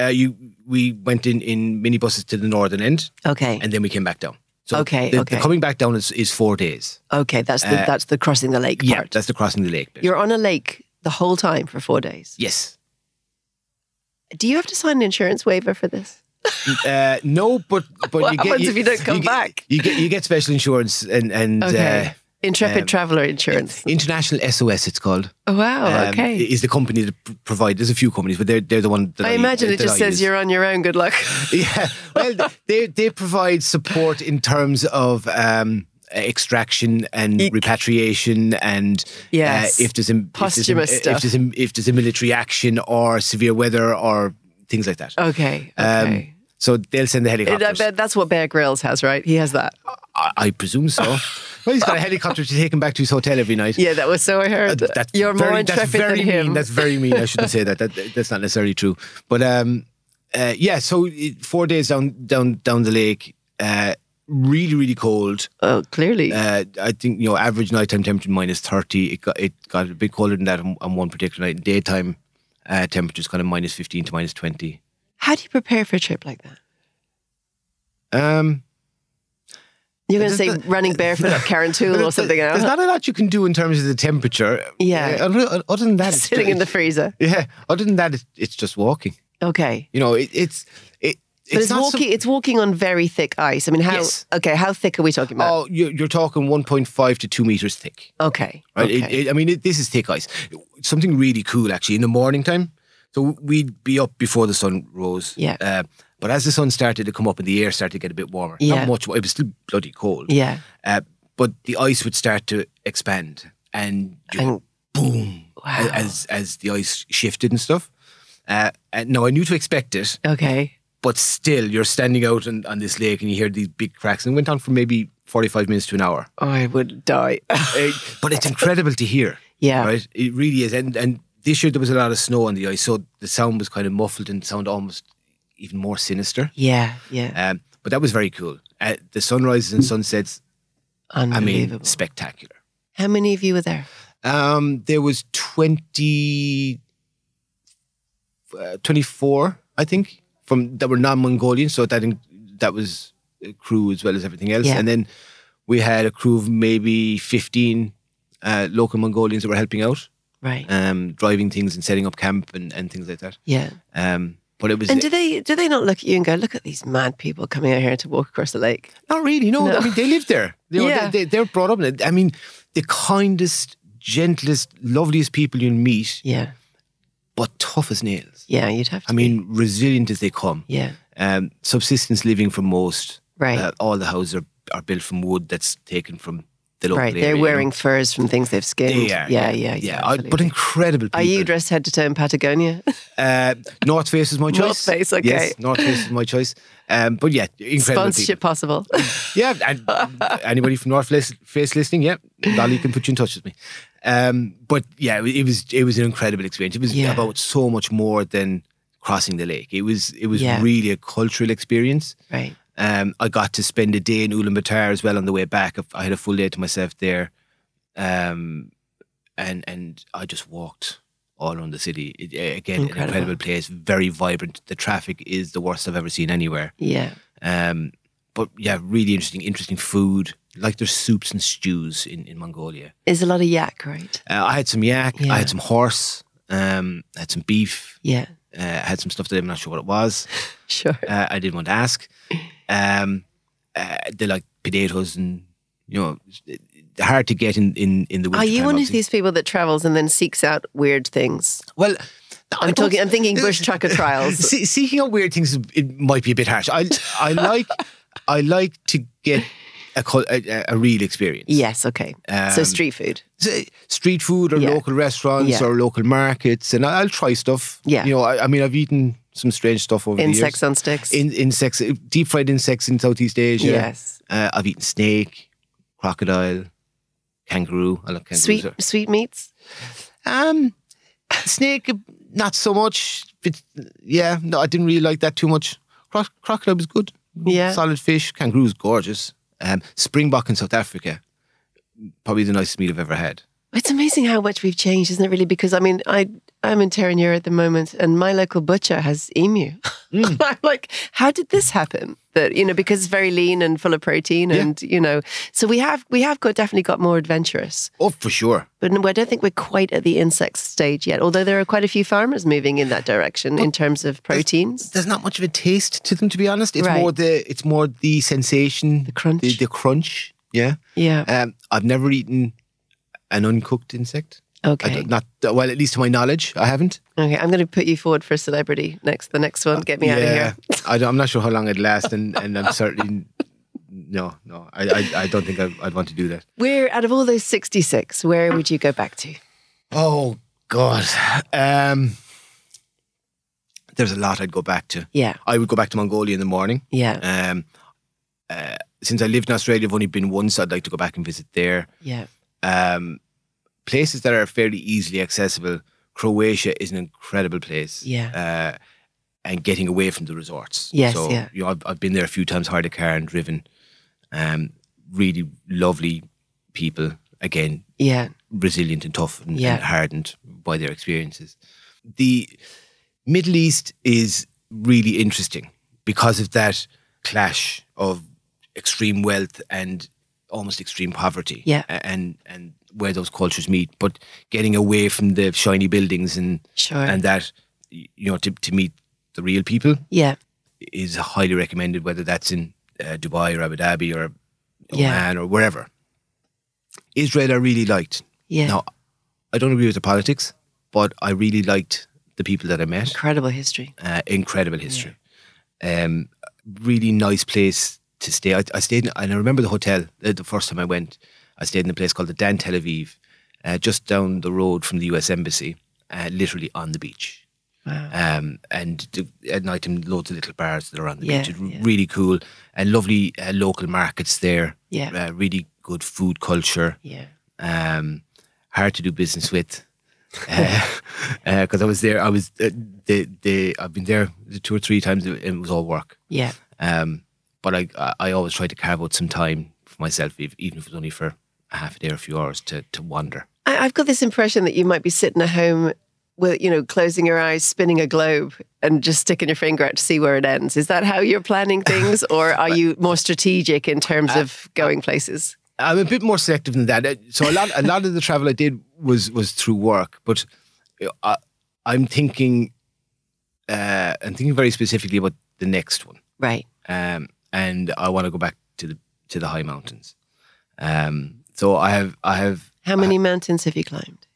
Speaker 3: uh, you, we went in in minibuses to the northern end,
Speaker 2: Okay.
Speaker 3: and then we came back down. So
Speaker 2: Okay,
Speaker 3: the, the
Speaker 2: okay.
Speaker 3: coming back down is, is four days.
Speaker 2: okay. That's the that's the crossing the lake
Speaker 3: uh, Yeah,
Speaker 2: part.
Speaker 3: that's the crossing the lake. Bit.
Speaker 2: You're on a lake the whole time for four days.
Speaker 3: yes.
Speaker 2: Do you have to sign an insurance waiver for this?
Speaker 3: Uh, no, but but
Speaker 2: What
Speaker 3: you get,
Speaker 2: happens if you don't come
Speaker 3: get-
Speaker 2: back?
Speaker 3: You get you get special insurance and and
Speaker 2: Okay.
Speaker 3: uh,
Speaker 2: Intrepid
Speaker 3: um,
Speaker 2: Traveller Insurance.
Speaker 3: international SOS. It's called.
Speaker 2: Oh, wow.
Speaker 3: um,
Speaker 2: okay.
Speaker 3: Is the company that pr- provide? There's a few companies, but they're they're the one. That
Speaker 2: I imagine
Speaker 3: that
Speaker 2: it just
Speaker 3: I
Speaker 2: says
Speaker 3: use.
Speaker 2: you're on your own. Good luck. [LAUGHS]
Speaker 3: yeah. Well, they they provide support in terms of um, extraction and repatriation, and uh,
Speaker 2: Yes.
Speaker 3: if there's a, if there's a-
Speaker 2: Posthumous
Speaker 3: if
Speaker 2: stuff.
Speaker 3: there's a, if there's a military action or severe weather or things like that.
Speaker 2: Oh,
Speaker 3: Um,
Speaker 2: Okay. Okay.
Speaker 3: so they'll send the
Speaker 2: And I
Speaker 3: helicopters. I,
Speaker 2: bet that's what Bear Grylls has, right? He has that.
Speaker 3: I presume so. well,
Speaker 2: [LAUGHS]
Speaker 3: he's got a helicopter to take him back to his hotel every night.
Speaker 2: Yeah, that was so I heard.
Speaker 3: Uh, Th- That's
Speaker 2: You're
Speaker 3: very,
Speaker 2: more
Speaker 3: that's
Speaker 2: intrepid
Speaker 3: very
Speaker 2: than
Speaker 3: mean.
Speaker 2: him.
Speaker 3: That's very mean. I shouldn't say that. that. that- That's not necessarily true. But um, uh, yeah, so it- four days down down down the lake, uh, really really cold.
Speaker 2: oh, clearly.
Speaker 3: Uh, I think you know average nighttime temperature minus thirty. It got it got a bit colder than that on, on one particular night. Daytime uh, temperatures kind of minus fifteen to minus twenty.
Speaker 2: How do you prepare for a trip like that?
Speaker 3: Um,
Speaker 2: You're going to
Speaker 3: There's
Speaker 2: say
Speaker 3: not-
Speaker 2: running barefoot up Carantoul or something
Speaker 3: uh, There's
Speaker 2: else?
Speaker 3: not a lot you can do in terms of the temperature.
Speaker 2: Yeah.
Speaker 3: Uh, other, other
Speaker 2: [LAUGHS]
Speaker 3: than that, it's-
Speaker 2: Sitting in the
Speaker 3: it's-
Speaker 2: freezer.
Speaker 3: [LAUGHS] yeah. Other than that, it's, it's just walking.
Speaker 2: Okay.
Speaker 3: You know, it, it's it.
Speaker 2: But it's,
Speaker 3: not some-
Speaker 2: walking. it's walking on very thick ice. I mean, how?
Speaker 3: Yes.
Speaker 2: Okay, how thick are we talking about?
Speaker 3: Oh, you're, you're talking 1.5 to 2 meters thick.
Speaker 2: okay.
Speaker 3: Oh. Right? It-
Speaker 2: okay.
Speaker 3: it- I mean, it, this is thick ice. Something really cool, actually, in the morning time. So we'd be up before the sun rose.
Speaker 2: Yeah.
Speaker 3: Uh, but as the sun started to come up and the air started to get a bit warmer,
Speaker 2: Yeah.
Speaker 3: not much, it was still bloody cold.
Speaker 2: yeah.
Speaker 3: Uh, but the ice would start to expand and, you-
Speaker 2: And
Speaker 3: boom
Speaker 2: Wow.
Speaker 3: as as the ice shifted and stuff. Uh, and now I knew to expect it,
Speaker 2: okay.
Speaker 3: but still you're standing out on, on this lake and you hear these big cracks and it went on for maybe 45 minutes to an hour.
Speaker 2: I would die. [LAUGHS]
Speaker 3: Uh, but it's incredible to hear.
Speaker 2: Yeah.
Speaker 3: Right? It really is. And and this year there was a lot of snow on the ice, so the sound was kind of muffled and sound almost even more sinister.
Speaker 2: Yeah, yeah.
Speaker 3: Um, but that was very cool. Uh, the sunrises and sunsets, I
Speaker 2: Unbelievable.
Speaker 3: mean, spectacular.
Speaker 2: How many of you were there?
Speaker 3: Um, there was 20, uh, 24, I think, from that were non-Mongolian. So that in, that was a crew as well as everything else.
Speaker 2: Yeah.
Speaker 3: And then we had a crew of maybe 15 uh, local Mongolians that were helping out,
Speaker 2: Right.
Speaker 3: um, driving things and setting up camp and, and things like that.
Speaker 2: yeah.
Speaker 3: Um, but it was
Speaker 2: And do they do they not look at you and go, look at these mad people coming out here to walk across the lake?
Speaker 3: Not really. No,
Speaker 2: No.
Speaker 3: I mean they live there. You know,
Speaker 2: Yeah.
Speaker 3: they, they, they're brought up. in it. I mean, the kindest, gentlest, loveliest people you'll meet,
Speaker 2: Yeah.
Speaker 3: but tough as nails.
Speaker 2: Yeah, you'd have to.
Speaker 3: I mean, resilient as they come.
Speaker 2: be. yeah.
Speaker 3: Um, subsistence living for most.
Speaker 2: Right.
Speaker 3: Uh, all the houses are, are built from wood that's taken from the local
Speaker 2: right.
Speaker 3: area,
Speaker 2: They're
Speaker 3: you know.
Speaker 2: wearing furs from things they've skinned.
Speaker 3: They are,
Speaker 2: yeah, yeah.
Speaker 3: yeah,
Speaker 2: yeah
Speaker 3: I- but
Speaker 2: absolutely.
Speaker 3: incredible people.
Speaker 2: Are you dressed head to toe in
Speaker 3: [LAUGHS]
Speaker 2: Patagonia?
Speaker 3: uh, North Face is my choice.
Speaker 2: Face, okay.
Speaker 3: Yes, North Face is my choice. Um, but yeah, incredible
Speaker 2: Sponsorship
Speaker 3: [LAUGHS]
Speaker 2: possible.
Speaker 3: people. Yeah,
Speaker 2: [LAUGHS]
Speaker 3: and anybody from North Face, Face listening, yeah, Dolly can put you in touch with me. Um, but yeah, it was it was an incredible experience. It was
Speaker 2: Yeah.
Speaker 3: about so much more than crossing the lake. It was it was
Speaker 2: Yeah.
Speaker 3: really a cultural experience.
Speaker 2: right.
Speaker 3: Um, I got to spend a day in Ulaanbaatar as well on the way back. I had a full day to myself there, um, and and I just walked all around the city. It, eh, again,
Speaker 2: Incredible.
Speaker 3: an incredible place, very vibrant. The traffic is the worst I've ever seen anywhere.
Speaker 2: Yeah.
Speaker 3: Um, but yeah, really interesting, interesting food. Like there's soups and stews in in Mongolia.
Speaker 2: Is a lot of yak, right?
Speaker 3: Uh, I had some yak.
Speaker 2: Yeah.
Speaker 3: I had some horse. Um, I had some beef.
Speaker 2: Yeah.
Speaker 3: Uh, I had some stuff that I'm not sure what it was.
Speaker 2: Sure.
Speaker 3: Uh, I didn't want to ask. Um, uh, they like potatoes and you know, they're hard to get in in in the winter.
Speaker 2: Are you one of these people that travels and then seeks out weird things?
Speaker 3: Well,
Speaker 2: I'm talking. I'm thinking
Speaker 3: [LAUGHS]
Speaker 2: bush trucker trials.
Speaker 3: See, seeking out weird things is- it might be a bit harsh. I
Speaker 2: [LAUGHS]
Speaker 3: I like I like to get a cul- a, a real experience.
Speaker 2: Yes. Okay. so
Speaker 3: Um,
Speaker 2: street food.
Speaker 3: s- street food or
Speaker 2: Yeah.
Speaker 3: local restaurants
Speaker 2: Yeah.
Speaker 3: or local markets, and I- I'll try stuff.
Speaker 2: Yeah.
Speaker 3: you know, I, I mean, I've eaten some strange stuff over the years.
Speaker 2: Insects on sticks.
Speaker 3: in, insects, deep fried insects in Southeast Asia.
Speaker 2: Yes.
Speaker 3: Uh, I've eaten snake, crocodile, kangaroo. I love kangaroos.
Speaker 2: Sweet sweet meats.
Speaker 3: Um, snake, not so much. But yeah, no, I didn't really like that too much. Cro- crocodile was good.
Speaker 2: Yeah.
Speaker 3: Solid fish. Kangaroo is gorgeous. Um, springbok in South Africa, probably the nicest meat I've ever had.
Speaker 2: It's amazing how much we've changed, isn't it? Really, because I mean, I I'm in Terranure at the moment, and my local butcher has emu. [LAUGHS]
Speaker 3: Mm.
Speaker 2: I'm like, how did this happen? That you know, because it's very lean and full of protein,
Speaker 3: Yeah.
Speaker 2: and you know, so we have we have got definitely got more adventurous.
Speaker 3: Oh, for sure.
Speaker 2: But no, I don't think we're quite at the insect stage yet. Although there are quite a few farmers moving in that direction in terms of proteins.
Speaker 3: There's not much of a taste to them, to be honest. It's
Speaker 2: Right.
Speaker 3: more the it's more the sensation, the
Speaker 2: crunch.
Speaker 3: the, crunch. Yeah.
Speaker 2: Yeah.
Speaker 3: Um, I've never eaten an uncooked insect. I
Speaker 2: Okay.
Speaker 3: don't- not well, at least to my knowledge, I haven't.
Speaker 2: Okay. I'm going to put you forward for a celebrity next. The next one, get me out of here.
Speaker 3: [LAUGHS] I don't, I'm not sure how long it lasts, and, and I'm certainly no, no. I, I, I don't think I'd, I'd want to do that.
Speaker 2: Where out of all those 66, where would you go back to?
Speaker 3: Oh God, um, there's a lot I'd go back to.
Speaker 2: Yeah.
Speaker 3: I would go back to Mongolia in the morning.
Speaker 2: Yeah.
Speaker 3: Um, uh, since I lived in Australia, I've only been once. I'd like to go back and visit there.
Speaker 2: Yeah.
Speaker 3: Um, places that are fairly easily accessible. Croatia is an incredible place.
Speaker 2: Yeah.
Speaker 3: Uh, and getting away from the resorts.
Speaker 2: Yes,
Speaker 3: So,
Speaker 2: yeah.
Speaker 3: You know, I've, I've been there a few times, hired a car and driven. Um, really lovely people. Again,
Speaker 2: Yeah.
Speaker 3: resilient and tough and,
Speaker 2: Yeah.
Speaker 3: and hardened by their experiences. The Middle East is really interesting because of that clash of extreme wealth and almost extreme poverty.
Speaker 2: Yeah.
Speaker 3: a- And and where those cultures meet, but getting away from the shiny buildings and
Speaker 2: Sure.
Speaker 3: and that y- you know to, to meet the real people
Speaker 2: yeah.
Speaker 3: is highly recommended, whether that's in uh, Dubai or Abu Dhabi or
Speaker 2: Yeah.
Speaker 3: Oman or wherever. Israel, I really liked.
Speaker 2: Yeah.
Speaker 3: Now, I don't agree with the politics, but I really liked the people that I met.
Speaker 2: Incredible history.
Speaker 3: Uh, incredible history. Um, really nice place to stay. I, I stayed, in, and I remember the hotel uh, the first time I went. I stayed in a place called the Dan Tel Aviv, uh, just down the road from the U.S. Embassy, uh, literally on the beach. Um, and th- at night, in loads of little bars that are on the
Speaker 2: Yeah,
Speaker 3: beach. It's
Speaker 2: yeah.
Speaker 3: Really cool and lovely uh, local markets there.
Speaker 2: Yeah.
Speaker 3: uh, really good food culture.
Speaker 2: Yeah.
Speaker 3: Um, hard to do business with. because uh, [LAUGHS] 'cause I was there. I was uh, the the I've been there two or three times. and It was all work.
Speaker 5: Yeah.
Speaker 3: Um, but I I- I always try to carve out some time for myself, ev- even if it's only for a half a day or a few hours to to wander.
Speaker 2: I, I've got this impression that you might be sitting at home with, you know, closing your eyes, spinning a globe, and just sticking your finger out to see where it ends. Is that how you're planning things, or are you more strategic in terms of going places?
Speaker 3: I'm a bit more selective than that. Uh, So a lot, a lot of the travel I did was was through work, but you know, I, I'm thinking, uh, I'm thinking very specifically about the next one,
Speaker 5: Right.
Speaker 3: um, and I want to go back to the to the high mountains. Um, so I have, I have,
Speaker 2: How many mountains have you climbed?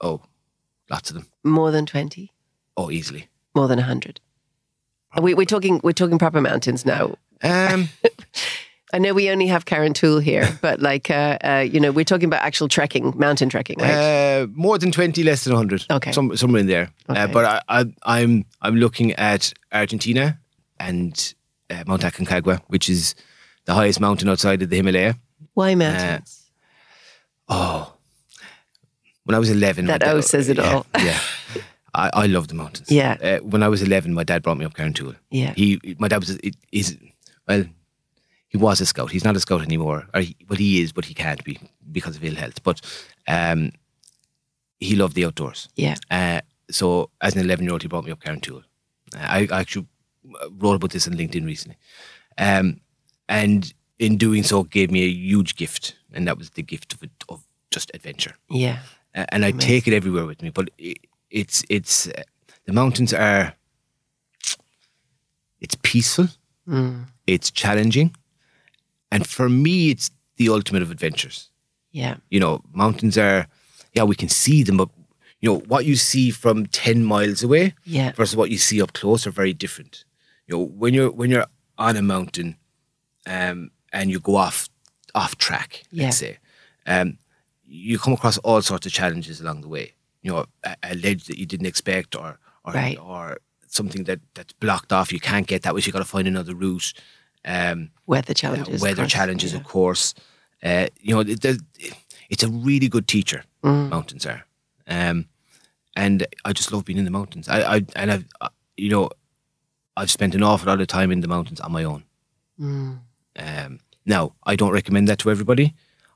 Speaker 3: oh, lots of them.
Speaker 2: More than twenty?
Speaker 3: Oh, easily.
Speaker 2: More than hundred? We, we're talking. We're talking proper mountains now.
Speaker 3: Um,
Speaker 2: I know we only have Karen Tool here, but like, uh, uh, you know, we're talking about actual trekking, mountain trekking, [LAUGHS] right?
Speaker 3: Uh, more than twenty, less than hundred.
Speaker 2: Okay.
Speaker 3: Some, somewhere in there. Uh,
Speaker 2: Okay.
Speaker 3: but I, I, I'm I'm looking at Argentina and uh, Mount Aconcagua, which is the highest mountain outside of the Himalaya. Uh,
Speaker 2: Why mountains?
Speaker 3: Oh, when I was eleven, my
Speaker 2: That
Speaker 3: dad-
Speaker 2: O says it
Speaker 3: yeah,
Speaker 2: all.
Speaker 3: yeah. I, I love the mountains.
Speaker 2: Yeah.
Speaker 3: Uh, when I was 11, my dad brought me up Carantoul.
Speaker 2: Yeah.
Speaker 3: He, my dad was, a- is, well, he was a scout. He's not a scout anymore. Or he, well, he is, but he can't be because of ill health. But um, he loved the outdoors.
Speaker 2: yeah.
Speaker 3: Uh, so as an 11 year old, he brought me up Carantoul. Uh, I, I actually uh, wrote about this on LinkedIn recently. Um, and in doing so, gave me a huge gift. And that was the gift of, of just adventure
Speaker 2: Yeah.
Speaker 3: a- and I take it everywhere with me. But i it's it's uh, the mountains are it's peaceful, it's challenging, and for me, it's the ultimate of adventures.
Speaker 2: Yeah.
Speaker 3: You know, mountains are yeah we can see them, but you know what you see from ten miles away
Speaker 2: Yeah.
Speaker 3: versus what you see up close are very different. You know when you're when you're on a mountain, um, and you go off off track,
Speaker 2: Yeah.
Speaker 3: let's say, um, you come across all sorts of challenges along the way. You know, a, a ledge that you didn't expect, or or,
Speaker 2: Right.
Speaker 3: or something that that's blocked off. You can't get that way. So you got to find another route. Um,
Speaker 2: Weather
Speaker 3: uh,
Speaker 2: challenges. of
Speaker 3: weather
Speaker 2: course.
Speaker 3: challenges,
Speaker 2: Yeah.
Speaker 3: of course. Uh, you know, it, there's- it's a really good teacher.
Speaker 2: Mm.
Speaker 3: Mountains are, um, and I just love being in the mountains. I, I and I've, uh, you know, I've spent an awful lot of time in the mountains on my own.
Speaker 2: Mm,
Speaker 3: Um, now, I don't recommend that to everybody.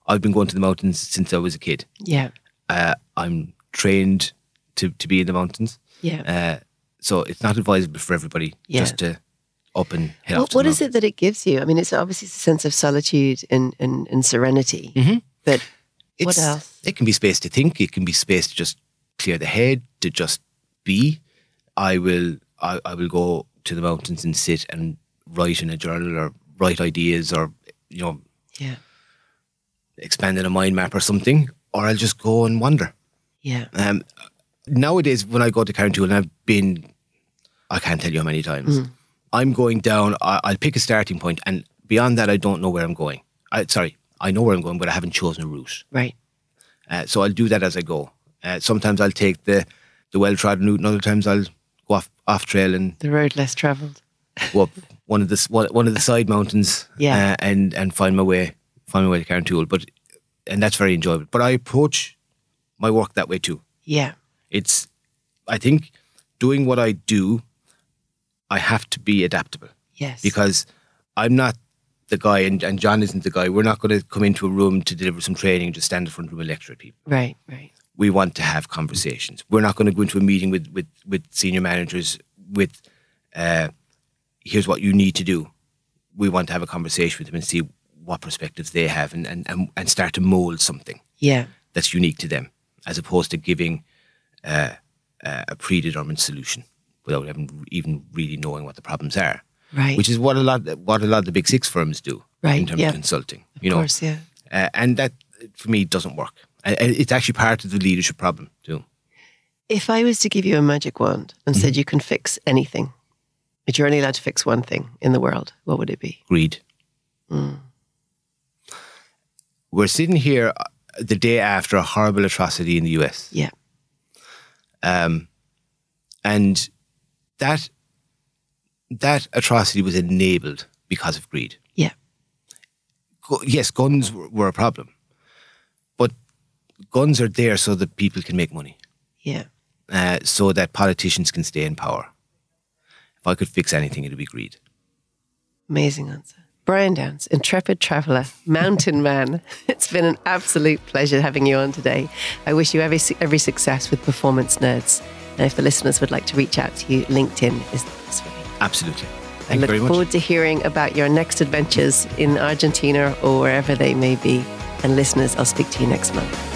Speaker 3: I've been going to the mountains since I was a kid.
Speaker 2: Yeah.
Speaker 3: Uh, I'm trained to to be in the mountains,
Speaker 2: Yeah.
Speaker 3: uh, so it's not advisable for everybody
Speaker 2: Yeah.
Speaker 3: just to up and head off.
Speaker 2: What,
Speaker 3: To
Speaker 2: what
Speaker 3: the
Speaker 2: is it that it gives you? I mean, it's obviously it's a sense of solitude and, and, and serenity.
Speaker 3: Mm-hmm.
Speaker 2: But What else?
Speaker 3: It can be space to think. It can be space to just clear the head, to just be. I will. I, I will go to the mountains and sit and write in a journal or write ideas or you know
Speaker 2: yeah,
Speaker 3: expand in a mind map or something. Or I'll just go and wander.
Speaker 2: yeah,
Speaker 3: Um, nowadays, when I go to Carantoul, and I've been, I can't tell you how many times,
Speaker 2: Hmm.
Speaker 3: I'm going down, I, I'll pick a starting point, and beyond that, I don't know where I'm going. I, sorry, I know where I'm going, but I haven't chosen a route.
Speaker 2: right.
Speaker 3: Uh, so I'll do that as I go. Uh, sometimes I'll take the, the well trodden route, and other times I'll go off, off trail and
Speaker 2: The road less traveled.
Speaker 3: go up [LAUGHS] one of the s- one, one of the side mountains,
Speaker 2: Yeah.
Speaker 3: uh, and and find my way find my way to Carantoul. But and that's very enjoyable. But I approach my work that way too.
Speaker 2: Yeah,
Speaker 3: It's I think doing what I do, I have to be adaptable
Speaker 2: yes.
Speaker 3: because I'm not the guy, and, and John isn't the guy. We're not going to come into a room to deliver some training and just stand in front of a room and lecture at people
Speaker 2: right, right.
Speaker 3: we want to have conversations. We're not going to go into a meeting with with with senior managers with uh, here's what you need to do. We want to have a conversation with them and see what perspectives they have and and and, and start to mold something
Speaker 2: Yeah,
Speaker 3: that's unique to them, as opposed to giving uh, uh, a predetermined solution without even, even really knowing what the problems are.
Speaker 2: right.
Speaker 3: Which is what a lot what a lot of the big six firms do in
Speaker 2: Right,
Speaker 3: terms
Speaker 2: yeah.
Speaker 3: of consulting.
Speaker 2: of
Speaker 3: You know,
Speaker 2: course, yeah.
Speaker 3: uh, and that for me doesn't work. And and it's actually part of the leadership problem too.
Speaker 2: If I was to give you a magic wand and
Speaker 3: Mm-hmm.
Speaker 2: said you can fix anything, but you're only allowed to fix one thing in the world, what would it be?
Speaker 3: Greed. We're sitting here uh, the day after a horrible atrocity in the US,
Speaker 2: Yeah,
Speaker 3: and that that atrocity was enabled because of greed.
Speaker 2: yeah,
Speaker 3: Gu- Yes, guns were, were a problem, but guns are there so that people can make money.
Speaker 2: Yeah.
Speaker 3: uh, so that politicians can stay in power. If I could fix anything, it would be greed.
Speaker 2: Amazing answer. Brian Downs, intrepid traveller, mountain man. [LAUGHS] It's been an absolute pleasure having you on today. I wish you every, every success with Performance Nerds. And if the listeners would like to reach out to you, LinkedIn is the best way. I
Speaker 3: Absolutely. Thank you
Speaker 2: look
Speaker 3: very much.
Speaker 2: forward to hearing about your next adventures in Argentina or wherever they may be. And listeners, I'll speak to you next month.